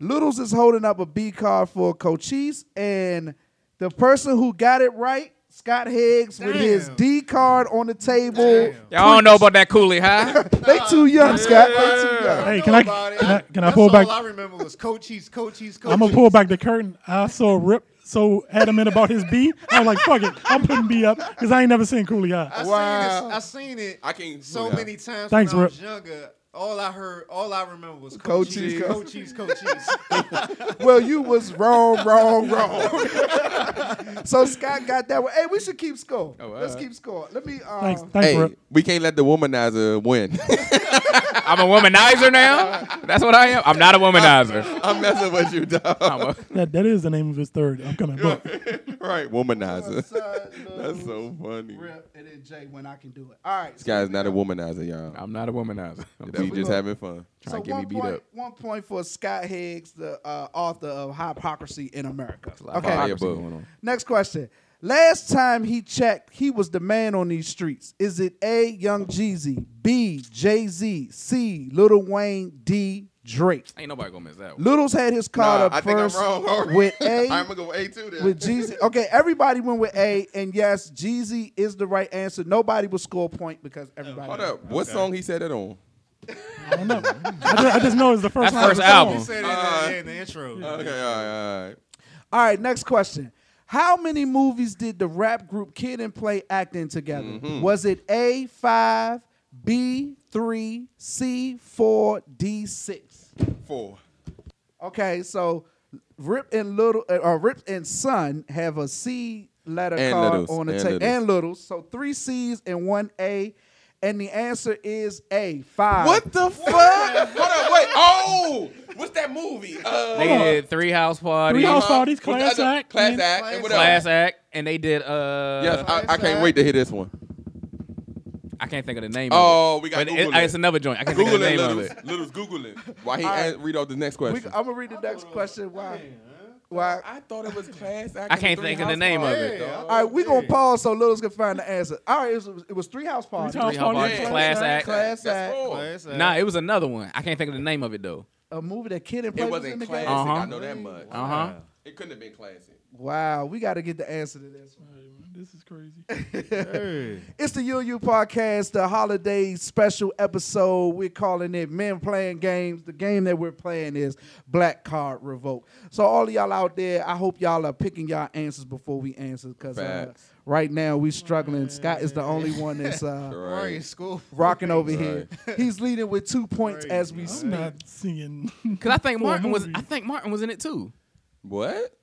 S1: Littles is holding up a B card for Cochise, and the person who got it right. Scott Higgs with his
S4: Damn.
S1: D card on the table.
S2: Y'all don't know about that Cooley High.
S1: They too young, Scott. They too young.
S3: Hey,
S4: know
S3: can I,
S4: about it.
S3: can I can I
S4: That's
S3: pull back?
S4: All I remember was Cochise, Cochise, Cochise.
S3: I'm gonna pull back the curtain. I saw Rip so adamant about his B. I was like, fuck it, I'm putting B up because I ain't never seen Cooley
S4: I
S3: High.
S4: seen it. I seen it.
S5: I can't-
S4: So
S5: yeah.
S4: many times
S3: Thanks,
S4: when I was younger. All I heard, all I remember was Cochise,
S1: Cochise.
S4: Cochise, Cochise.
S1: Well, you was wrong, wrong, wrong. so Scott got that one. Hey, we should keep score.
S5: Oh, all
S1: Let's
S5: right.
S1: keep score. Let me. Uh,
S3: Thanks, thanks,
S5: hey,
S3: Rip.
S5: we can't let the womanizer win.
S2: I'm a womanizer now. That's what I am. I'm not a womanizer.
S5: I'm messing with you, dog.
S2: I'm a,
S3: That that is the name of his third upcoming book.
S5: right, womanizer.
S1: son,
S5: That's
S1: Lil
S5: so funny.
S1: Rip and then Jay when I can do it. All right.
S5: This guy's not a womanizer, y'all.
S2: I'm not a womanizer. I'm
S5: We just having fun.
S2: trying to get
S1: one
S2: me beat
S1: point,
S2: up.
S1: one point for Scott Higgs, the uh, author of Hypocrisy in America.
S5: Fire
S1: Okay.
S5: hypocrisy. book.
S2: going on.
S1: Next question. Last time he checked, he was the man on these streets. Is it A. Young Jeezy, B. Jay Z, C. Little Wayne, D. Drake?
S2: Ain't nobody gonna miss that one.
S1: Littles had his card
S5: Nah,
S1: up
S5: I think I'm
S1: first
S5: wrong. already.
S1: with A
S5: I'm gonna go with A too. Then.
S1: with Jeezy. Okay, everybody went with A, and yes, Jeezy is the right answer. Nobody will score a point because everybody.
S5: Hold up. What song he said that on?
S3: I don't know. I just, I just know it's the first
S2: That
S3: line of
S2: first
S3: the song.
S4: You
S2: album.
S4: said it in, the,
S5: Uh,
S4: in the intro.
S5: Okay, all right, all right.
S1: All right, next question. How many movies did the rap group Kid and Play act in together?
S5: Mm-hmm.
S1: Was it A five, B three, C four, D six?
S5: Four.
S1: Okay, so Rip and Little uh, or Rip and Son have a C letter
S5: And
S1: card
S5: Littles,
S1: on the
S5: and
S1: table
S5: Littles.
S1: and Littles. So three C's and one A, and the answer is A five.
S5: What the fuck? Hold up, wait. Oh, what's that movie? Uh,
S2: They did three house parties,
S3: Three House
S5: uh,
S3: Parties,
S5: what's the
S3: Class
S5: other-
S3: Act,
S5: Class
S3: and-
S5: Act, and what
S2: class
S5: else?
S2: act, and they did. uh
S5: Yes, I, I can't wait to hear this one.
S2: I can't think of the name.
S5: Oh,
S2: of it.
S5: we gotta
S2: But
S5: Google
S2: it-
S5: it.
S2: It's another joint. I can't
S5: Google
S2: think
S5: it,
S2: of the name
S5: Littles.
S2: of it.
S5: Littles, Google it. Why he
S1: All right.
S5: ask- read off the next
S1: We,
S5: question?
S1: I'm gonna read the next question. Why? Why?
S5: I thought it was class.
S2: I can't think of the name of it,
S1: All right, we gonna pause so Littles can find the answer. All right, it was, it was three house parties.
S3: Three House
S2: Three Hot
S3: Party,
S2: Party,
S3: Class
S2: Class Act.
S1: Class Act.
S4: Class act.
S2: Nah, it was another one. I can't think of the name of it though.
S1: A movie that Kid and Play
S5: It
S1: was in
S5: wasn't
S1: the
S5: classic.
S1: game.
S2: Uh-huh.
S5: I know that much.
S2: Uh huh.
S5: It couldn't have been classic.
S1: Wow, we got to get the answer to this one.
S3: All right, man, this is crazy.
S4: Hey.
S1: It's the UU podcast, the holiday special episode. We're calling it Men Playing Games. The game that we're playing is Black Card Revoke. So, all of y'all out there, I hope y'all are picking y'all answers before we answer because uh,
S5: Facts.
S1: right now we struggling. Scott is the only one that's uh,
S4: Why are you in
S5: Right.
S4: school?
S1: rocking over here. He's leading with two points as we
S3: I'm
S1: speak.
S3: not seeing.
S2: Cause I think
S3: Full
S2: Martin was.
S3: movie.
S2: I think Martin was in it too.
S5: What?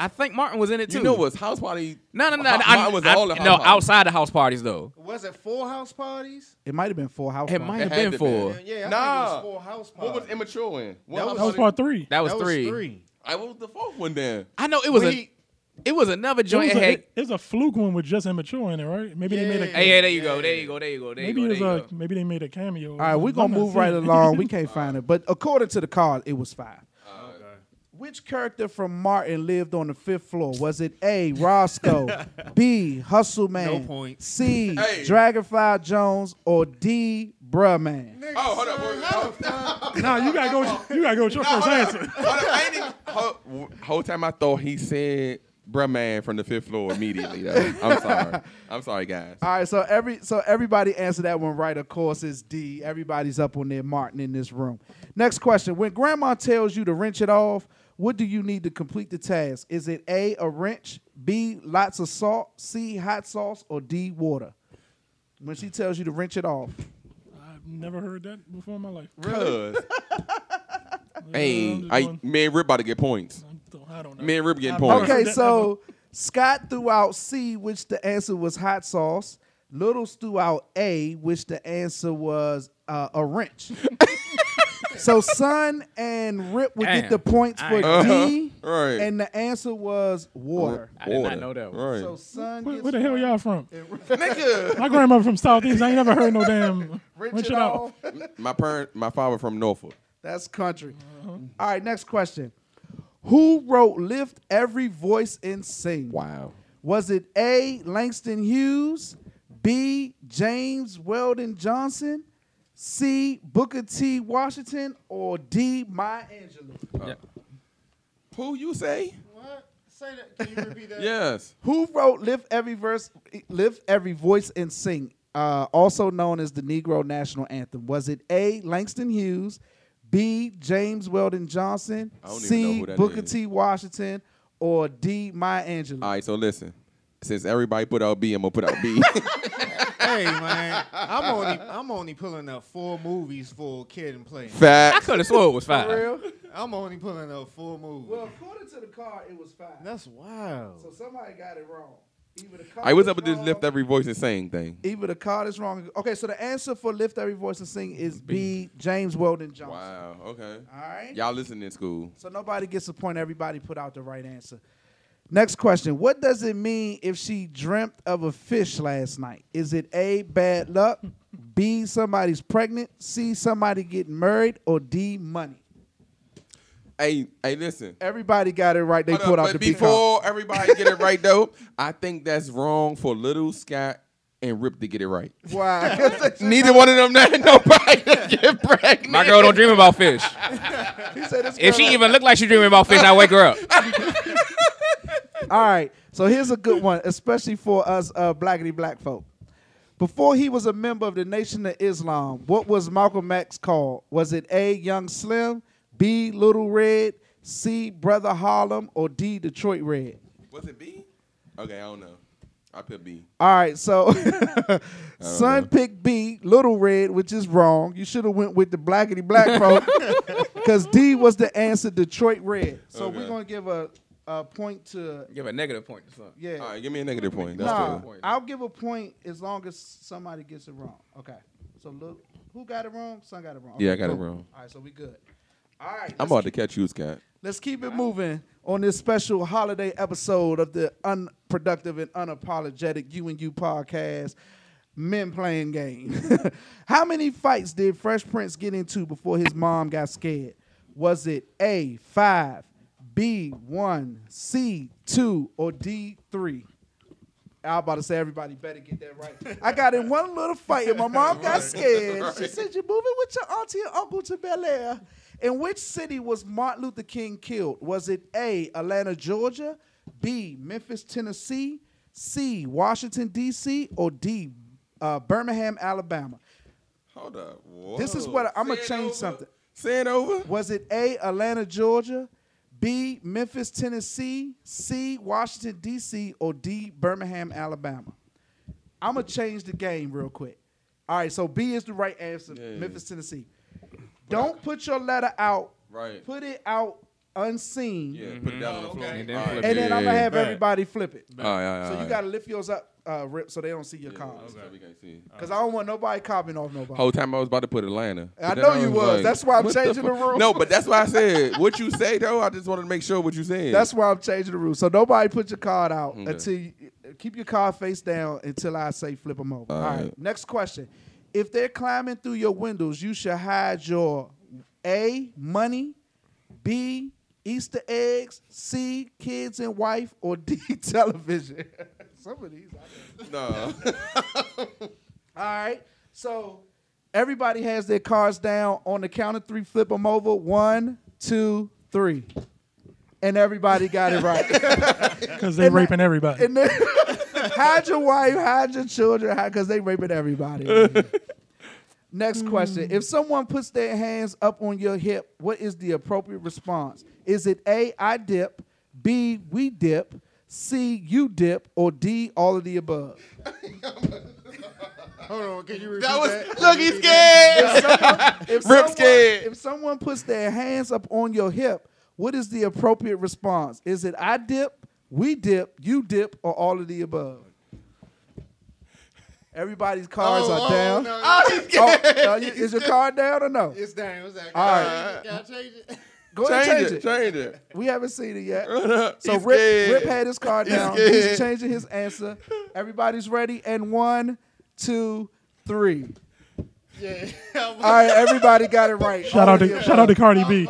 S2: I think Martin was in it too.
S5: You know what's house party?
S2: No, no, no.
S5: Hot-
S2: I,
S5: mine was
S2: I-
S5: all the house
S2: no
S5: parties.
S2: outside the house parties though.
S4: Was it four house parties?
S1: It might have been four house.
S2: It
S1: parties.
S2: might
S5: It
S2: have
S5: had
S2: been
S5: to
S2: four.
S5: been.
S4: Yeah, I
S5: Nah.
S4: think it was four house parties.
S5: What was immature in? What
S4: That
S3: That
S5: house
S3: was
S5: party-
S3: part three.
S2: That was
S4: That
S2: three.
S5: I what was the fourth one then?
S2: I know it was a.
S4: We-
S2: It was another
S3: It was,
S2: joint.
S3: a,
S2: that had,
S3: it, it was a fluke one with just immature in it, right? Maybe they made a
S2: hey, yeah, there you go. There you go. There you go. There
S3: maybe
S2: you go.
S3: it was
S2: There you
S3: a
S2: go.
S3: maybe they made a cameo.
S1: All right, we're gonna move right along. We can't find it, but according to the card, it was five. Which character from Martin lived on the fifth floor? Was it A. Roscoe, B. Hustle Man,
S4: No point.
S1: C.
S5: Hey.
S1: Dragonfly Jones, or D. Bruh Man?
S4: Nigga,
S5: Oh, hold up,
S4: son,
S5: wait,
S4: how
S5: hold
S4: the fuck-
S3: No, you gotta go. with- You gotta go with your first answer.
S5: Hold up, I ain't even- Whole, whole time I thought he said bruh man from the fifth floor immediately though. I'm sorry. I'm sorry guys.
S1: All right, so every so everybody answered that one right. Of course, it's D. Everybody's up on their Martin in this room. Next question: When Grandma tells you to wrench it off, what do you need to complete the task? Is it A. A wrench, B. Lots of salt, C. Hot sauce, or D. Water? When she tells you to wrench it off,
S3: I've never heard that before in my life.
S5: Cuz
S3: I'm
S5: hey,
S3: just
S5: I
S3: going-
S5: me and Rip about to get points.
S3: I'm th- I don't know.
S5: Me and Rip getting
S3: I've
S5: points.
S3: never
S1: Okay,
S3: heard that
S1: so Scott threw out C, which the answer was hot sauce. Littles threw out A, which the answer was uh, a wrench. so Son and Rip would get
S2: Damn.
S1: the points
S2: I
S1: for D,
S2: ain't-
S5: Right.
S1: and the answer was water.
S2: I did not know that one.
S5: Right.
S1: So Son
S3: Where,
S1: gets
S3: where the hell y'all from?
S5: Nigga.
S3: My grandmother from Southeast. I ain't never heard no damn.
S1: wrench
S3: Wrench
S1: it off.
S5: my parent my father from Norfolk.
S1: That's country. All right, next question. Who wrote "Lift Every Voice and Sing"?
S5: Wow.
S1: Was it A. Langston Hughes, B. James Weldon Johnson, C. Booker T. Washington, or D. Maya Angelou?
S5: Who you say?
S4: What? Say that. Can you repeat that?
S5: Yes.
S1: Who wrote "Lift Every Verse, Lift Every Voice and Sing"? Uh, also known as the Negro National Anthem. Was it A. Langston Hughes, B. James Weldon Johnson,
S5: I don't even know
S1: C.
S5: who that
S1: Booker
S5: is.
S1: T. Washington, or D. Maya Angelou?
S5: All right, so listen. Since everybody put out B, I'm gonna put out B.
S4: hey man, I'm only I'm only pulling up four movies for kid and play.
S2: I
S5: Fact.
S2: could have swore it was five.
S1: real?
S4: I'm only pulling up four movies.
S1: Well, according to the card, it was five.
S4: That's wild.
S1: So somebody got it wrong. Either the card
S5: I was
S1: is
S5: up with this
S1: wrong-
S5: lift every voice and sing thing.
S1: Either the card is wrong. Okay, so the answer for lift every voice and sing is B. James Weldon Johnson.
S5: Wow. Okay.
S1: All right.
S5: Y'all listening in school.
S1: So nobody gets a point. Everybody put out the right answer. Next question: What does it mean if she dreamt of a fish last night? Is it A. Bad luck, B. Somebody's pregnant, C. Somebody getting married, or D. Money?
S5: Hey, hey, listen.
S1: Everybody got it right. They
S5: Hold
S1: put
S5: up,
S1: out the
S5: but
S1: big card.
S5: before everybody get it right though, I think that's wrong for little Scott and Rip to get it right.
S1: Wow.
S5: Neither one of them not nobody get pregnant.
S2: My girl don't dream about fish.
S1: he said this
S2: If
S1: girl-
S2: she even looked like she dreaming about fish, I wake her up.
S1: All right. So here's a good one, especially for us uh, blackity black folk. Before he was a member of the Nation of Islam, what was Malcolm X called? Was it A, Young Slim, B, Little Red, C, Brother Harlem, or D, Detroit Red?
S5: Was it B? Okay, I don't know. I put B.
S1: All right, so son picked B, Little Red, which is wrong. You should have went with the blackity black folk because D was the answer, Detroit Red. So we're
S5: Okay.
S1: going to give a, a point to,
S2: Give a negative point to something.
S1: yeah.
S5: All right, give me a negative point. That's
S1: Nah,
S5: cool.
S1: I'll give a point as long as somebody gets it wrong. Okay. So look, who got it wrong? Son got it wrong.
S5: Yeah, I got it
S1: cool.
S5: wrong.
S1: All right, so we good. All right,
S5: I'm
S1: let's,
S5: about to catch you, Scott.
S1: let's keep it moving on this special holiday episode of the unproductive and unapologetic You and You podcast. Men playing games. How many fights did Fresh Prince get into before his mom got scared? Was it A five, B one, C two, or D three? I about to say everybody better get that right. I got in one little fight and my mom got scared. She said, You're moving with your auntie and uncle to Bel Air. In which city was Martin Luther King killed? Was it A, Atlanta, Georgia, B, Memphis, Tennessee, C, Washington, D.C., or D, uh, Birmingham, Alabama?
S5: Hold up.
S1: This is
S5: Whoa.
S1: what I- I'ma
S5: Say it
S1: change
S5: over.
S1: something.
S5: Say it over.
S1: Was it A, Atlanta, Georgia, B, Memphis, Tennessee, C, Washington, D.C., or D, Birmingham, Alabama? I'm going to change the game real quick. All right, so B is the right answer,
S5: Yeah.
S1: Memphis, Tennessee. Don't put your letter out.
S5: Right.
S1: Put it out unseen.
S5: Yeah, put it down on the floor.
S4: Okay.
S2: Mm-hmm. And then
S5: All right.
S2: flip
S1: And then I'm going to have
S4: Yeah.
S1: everybody flip it.
S5: All right, all right,
S1: So
S5: all
S1: you
S5: right.
S1: got to lift yours up, uh, Rip, so they don't see your
S5: Yeah,
S1: comments.
S5: so we can't see it.
S1: Because I don't want nobody copying off nobody.
S5: Whole time I was about to put Atlanta.
S1: I
S5: But then
S1: know you
S5: was
S1: was.
S5: like,
S1: That's why I'm
S5: what the
S1: changing the
S5: fuck?
S1: rule.
S5: No, but that's why I said what you say though. I just wanted to make sure what you said.
S1: That's why I'm changing the rules. So nobody put your card out
S5: Okay.
S1: until you, keep your card face down until I say flip them over. All right.
S5: right.
S1: Next question. If they're climbing through your windows, you should hide your A money, B Easter eggs, C kids and wife, or D television. Some of these. I don't
S5: no.
S1: all right. So everybody has their cards down on the count of three. Flip them over. One, two, three. And everybody got it right.
S3: because they're
S1: And that-
S3: raping everybody.
S1: and then hide your wife, hide your children, because they raping everybody. Next question.
S4: Hmm.
S1: If someone puts their hands up on your hip, what is the appropriate response? Is it A, I dip, B, we dip, C, you dip, or D, all of the above?
S4: Hold on, can you repeat
S5: That
S4: that?
S5: was look. He's scared.
S1: if someone,
S5: scared.
S1: If someone puts their hands up on your hip, what is the appropriate response? Is it I dip, we dip, you dip, or all of the above? Everybody's cards
S4: Oh,
S1: are
S4: oh,
S1: down.
S4: no,
S1: Oh, no, you- is your card down or no?
S4: It's down. It's down. All
S1: right.
S4: Can I change it?
S1: Go ahead and
S5: Change
S1: change
S5: it.
S1: it.
S5: Change it.
S1: We haven't seen it yet. So
S5: He's
S1: Rip,
S5: scared.
S1: Rip had his card down. He's,
S5: scared.
S1: changing his answer. Everybody's ready. And one, two, three.
S4: Yeah. Ah,
S1: All right, everybody got it right.
S3: Shout
S1: All
S3: out
S1: of
S3: to
S1: the
S3: shout out to Cardi B.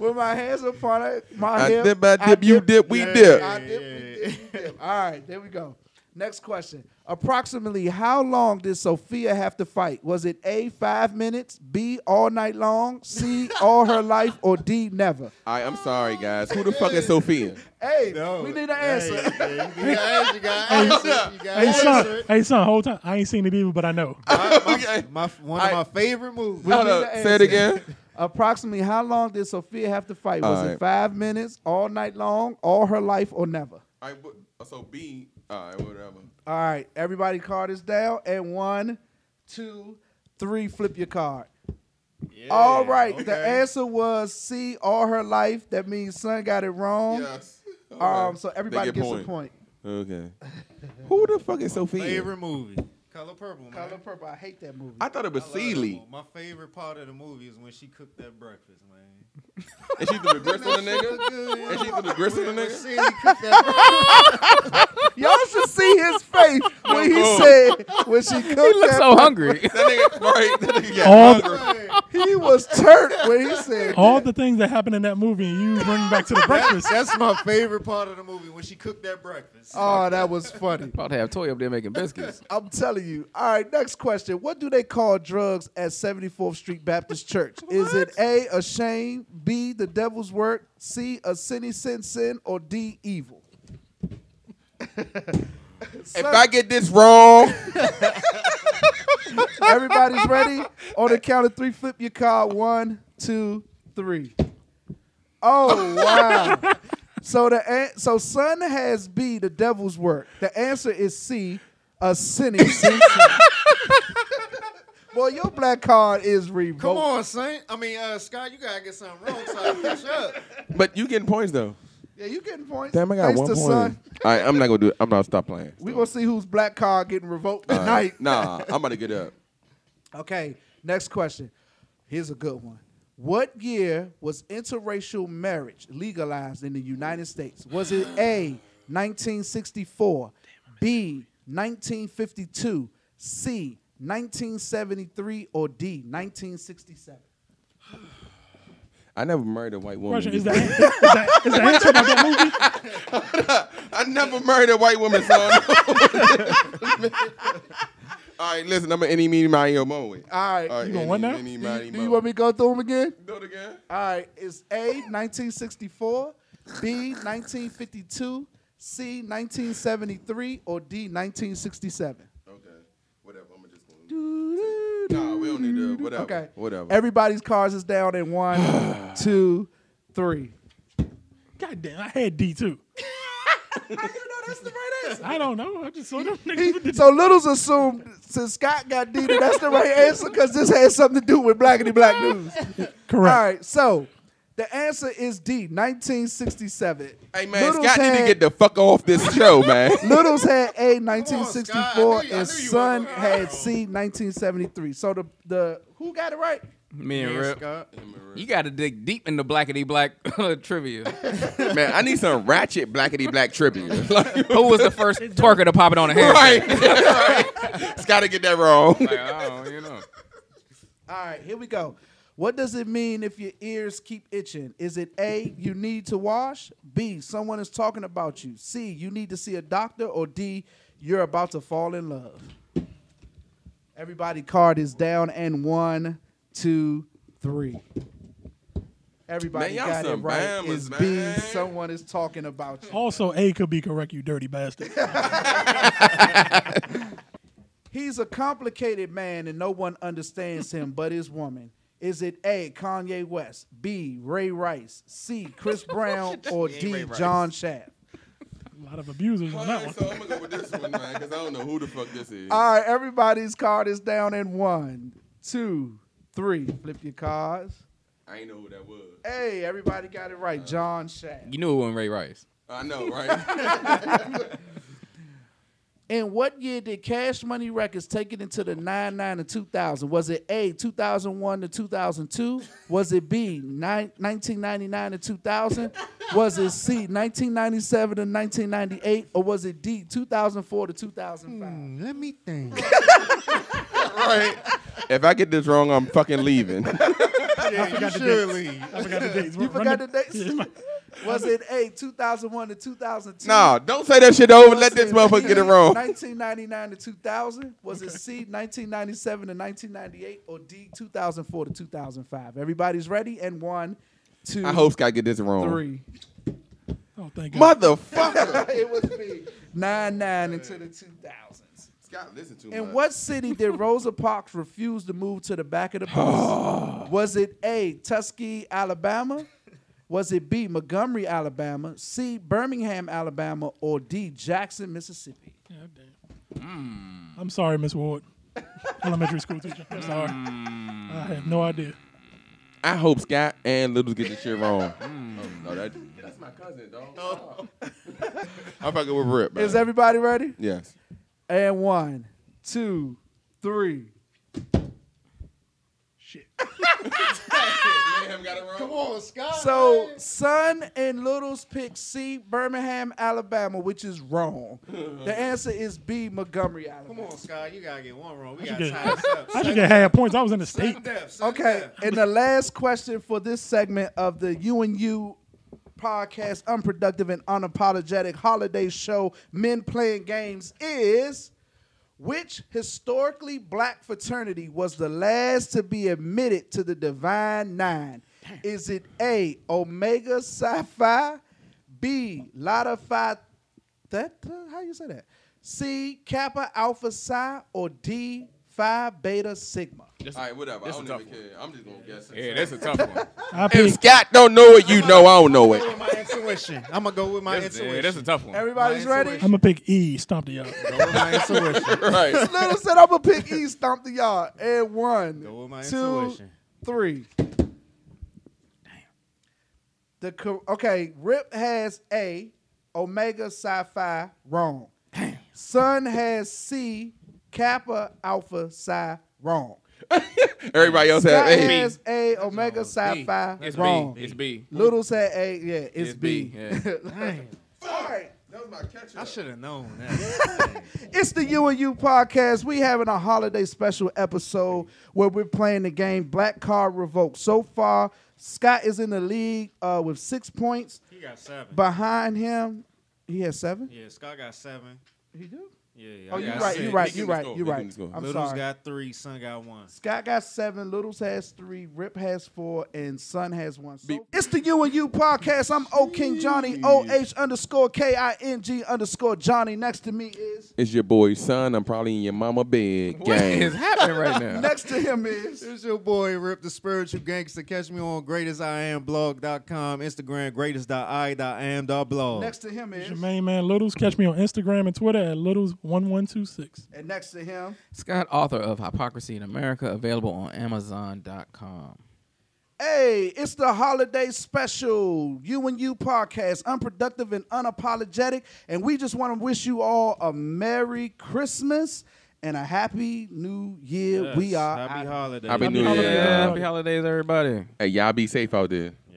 S1: With my hands upon it, my
S5: I
S1: hip,
S5: dip. I dip. You dip. We dip.
S1: I dip, we dip, we dip. All right, there we go. Next question. Approximately how long did Sophia have to fight? Was it A, five minutes, B, all night long, C, all her life, or D, never?
S5: All right, I'm sorry, guys. Who the fuck is Sophia?
S1: Hey,
S4: No.
S1: we need an answer.
S4: Hey, yeah, you need an answer. You got an answer. You got
S3: Hey
S4: an
S3: son,
S4: answer.
S3: hey son, whole time I ain't seen it either, but I know.
S5: Okay.
S4: My, one
S5: I-
S4: of my favorite movies.
S1: We
S5: Hold
S1: need
S5: up.
S1: an
S5: Say it
S1: answer.
S5: again.
S1: Approximately how long did Sophia have to fight? Was
S5: All
S1: it
S5: right.
S1: five minutes, all night long, all her life, or never?
S5: All right, but- so B. All right, whatever.
S1: All right, everybody card is down. And one, two, three, flip your card. All right, the answer was C, all her life. That means son got it wrong.
S5: Yes. Okay.
S1: Um, so
S5: They
S1: everybody
S5: get
S1: gets a point.
S5: Okay. Who the fuck is Sophia?
S4: Favorite movie. Color Purple, man.
S1: Color Purple, I hate that movie.
S5: I thought it was
S4: love that
S5: Seeley.
S4: movie. My favorite part of the movie is when she cooked that breakfast, man.
S5: And she threw the grist on the nigga.
S4: Good.
S5: And she threw the grist on the
S4: When
S5: nigga.
S4: Seeley cooked that
S1: Y'all should see his face when he
S5: Yo,
S1: said when she cooked
S2: He looks
S1: that
S2: so hungry.
S5: That nigga, right? That nigga got
S3: All the-
S5: hungry.
S4: breakfast, man.
S1: He was turned when he said
S3: All the things that happened in that movie, and you bring back to the breakfast.
S4: That's my favorite part of the movie when she cooked that breakfast.
S1: Oh, that was funny.
S2: About to have Toy up there making biscuits.
S1: I'm telling you. All right, next question. What do they call drugs at 74th Street Baptist Church? Is it A, a shame, B, the devil's work, C, a sinny sin sin, or D, evil?
S5: If I get this wrong,
S1: Everybody's ready? On the count of three, flip your card. One, two, three. Oh wow! so the an- so son has B the devil's work. The answer is C, a sinning. sin. Boy, your black card is revoked.
S4: Come on, Saint. I mean, uh, Scott, you gotta get something wrong so I can catch up.
S5: but you getting points though.
S1: Yeah, you getting points.
S5: Damn, I got
S1: Thanks
S5: one
S1: to
S5: point.
S1: son.
S5: All right, I'm not gonna do it. I'm not stop playing.
S1: We gonna see whose black card getting revoked
S5: All right.
S1: tonight.
S5: Nah, I'm about to get up.
S1: Okay, next question. Here's a good one. What year was interracial marriage legalized in the United States? Was it A, 1964, B, 1952, C, 1973, or D, 1967?
S5: I never married a white woman.
S3: Question is that is that is the answer about that movie?
S5: I never married a white woman, so I don't know. All right, listen, I'm an any meeny miny mo way.
S1: All right.
S5: All right,
S3: You going
S5: any,
S3: what now?
S5: Any,
S1: Do you-
S5: miny,
S1: do you
S5: mo.
S1: want me to go through them again?
S5: Do it again?
S1: All right, it's A 1964, B 1952, C 1973, or D 1967.
S5: Okay. Whatever. I'm just going. Nah, we don't need to. Whatever.
S1: Okay,
S5: Whatever.
S1: Everybody's cars is down in one, two, three.
S3: God damn, I had D too. I don't know. I just saw them niggas with the
S1: So Littles assumed since Scott got D, that that's the right answer because this has something to do with Blackity Black News. All
S3: correct.
S1: right, so the answer is D 1967.
S5: hey man,
S1: Littles
S5: Scott need
S1: had-
S5: to get the fuck off this show, man.
S1: Littles had A
S4: Come on,
S1: 1964
S4: Scott. I knew you- I
S1: and
S4: knew you
S1: Son
S4: were gonna- "Oh."
S1: had C 1973. So the the who got it right?
S2: Me and
S4: Yeah,
S2: Rip.
S4: Scott.
S2: You got to dig deep into blackity black trivia.
S5: man, I need some ratchet blackety black tribute. Like,
S2: Who was the first twerker to pop it on the hand?
S5: right. right. Scott to get that wrong.
S2: Like, I don't, you know.
S1: All right, here we go. What does it mean if your ears keep itching? Is it A, you need to wash? B, someone is talking about you? C, you need to see a doctor? Or D, you're about to fall in love? Everybody card is down and one, two, three. Everybody
S5: y'all
S1: got it
S5: some
S1: right.
S5: bammers,
S1: Is
S5: man.
S1: B, someone is talking about you.
S3: Also, A could be correct, you dirty bastard.
S1: He's a complicated man and no one understands him but his woman. Is it A, Kanye West, B, Ray Rice, C, Chris Brown, or D, John Shaft?
S3: A lot of abusers on that
S5: Alright,
S3: one.
S5: so I'm gonna go with this one, man, because I don't know who the fuck this is.
S1: All right, everybody's card is down in one, two, three. Flip your cards.
S5: I ain't know who that was.
S1: Hey, everybody got it right. John Shaft.
S2: You knew it wasn't Ray Rice.
S5: I know, right?
S1: In what year did Cash Money Records take it into the 99 and 2000? Was it A, 2001 to 2002? Was it B, nine, 1999 to 2000? Was it C, 1997 to 1998? Or was it D, 2004 to 2005?
S4: Let me think.
S5: right. If I get this wrong, I'm fucking leaving.
S4: yeah, you surely.
S3: I forgot the dates.
S1: You forgot the dates?
S3: Yeah, my-
S1: Was it A, 2001 to 2002?
S5: nah, don't say that shit over.
S1: Was
S5: Let this
S1: it
S5: motherfucker
S1: B,
S5: get it wrong.
S1: 1999 to 2000? Was it C, 1997 to 1998? Or D, 2004 to 2005? Everybody's ready? And one, two,
S5: I hope Scott get this wrong.
S1: three.
S3: Oh, thank God.
S5: Motherfucker.
S1: it was me. 99 into the 2000s.
S5: Scott, listen to
S1: In what city did Rosa Parks refuse to move to the back of the bus? was it A, Tuskegee, Alabama? Was it B, Montgomery, Alabama? C, Birmingham, Alabama? Or D, Jackson, Mississippi?
S3: God damn. I'm sorry, Miss Ward. Elementary school teacher. I'm sorry. I have no idea.
S5: I hope Scott and Littles get this shit wrong.
S2: Mm.
S5: Oh, no, that, that's my cousin, dog. I'm fucking with Rip, man.
S1: Is everybody ready?
S5: yes.
S1: And one, two, three.
S3: Shit.
S4: Come on, Scott.
S1: So, Son and Littles pick C, Birmingham, Alabama, which is wrong. The answer is B, Montgomery, Alabama.
S4: Come on, Scott. You gotta get one wrong. We gotta
S3: get-
S4: tie this up.
S3: I should get half points. I was in the state.
S4: Sudden death, sudden
S1: Okay,
S4: death.
S1: and the last question for this segment of the UNU podcast, Unproductive and Unapologetic Holiday Show, Men Playing Games, is which historically black fraternity was the last to be admitted to the Divine Nine? Is it A, Omega Psi Phi, B, Lada Phi Theta? How you say that? C, Kappa Alpha Psi, or D, Phi Beta Sigma?
S5: All right, whatever. I
S2: This
S5: don't
S2: a
S5: even care. I'm just gonna guess.
S2: Yeah, that's a tough one.
S3: I
S5: If
S3: picked
S5: Scott don't know it, you know I don't know
S4: Go
S5: it.
S4: with my intuition. I'm gonna go with my
S2: That's,
S4: intuition.
S2: yeah, that's a tough one.
S1: Everybody's
S4: My
S1: ready?
S3: I'm gonna pick E. Stomp the yard.
S4: go with my intuition.
S5: right.
S1: Little said I'm gonna pick E, stomp the yard. And one,
S4: Go with my
S1: two,
S4: intuition.
S1: three. The cor- okay, Rip has A, Omega Sci Phi wrong. Sun has C, Kappa Alpha Psi wrong.
S5: Everybody else
S1: Scott
S5: have A.
S1: has A, Omega Sci Phi
S2: It's
S1: wrong.
S2: B. It's B.
S1: Little said A, yeah, it's,
S2: It's B, yeah.
S1: All right.
S5: about ketchup.
S4: I should have known that.
S1: It's the U and U podcast. We having a holiday special episode where we're playing the game Black Card Revoked. So far, Scott is in the league uh, with six points.
S4: he got seven.
S1: Behind him, he has seven.
S4: yeah, Scott got seven.
S1: He do.
S4: Yeah,
S1: Oh,
S4: I
S1: you
S4: got
S1: right.
S4: six.
S1: You right.
S5: He
S1: You
S5: can
S1: right.
S5: score.
S1: You
S5: He
S1: right.
S5: can score.
S1: I'm
S4: Little's
S1: sorry.
S4: got three. Son got one.
S1: Scott got seven, Littles has three, Rip has four, and Son has one. So it's the U and U podcast. I'm O King Johnny, O H underscore K I N G underscore Johnny. Next to me is,
S5: It's your boy son. I'm probably in your mama bed.
S2: What
S5: Gang.
S2: is happening right now?
S1: next to him is.
S4: It's your boy Rip the Spiritual Gangster. Catch me on greatestiamblog.com, Instagram greatest.i.am.blog.
S1: Next to him
S3: It's your
S1: is.
S3: main man Littles. Catch me on Instagram and Twitter at Littles1126.
S1: And next to him.
S2: Scott, author of Hypocrisy in America, available on Amazon.com.
S1: Hey, it's the holiday special, You and You podcast, unproductive and unapologetic. And we just want to wish you all a Merry Christmas and a Happy New Year.
S4: Yes,
S1: We are
S4: happy
S1: out.
S4: holidays.
S5: Happy New
S2: Yeah,
S5: Year.
S2: happy holidays, everybody.
S5: Hey, y'all be safe out there.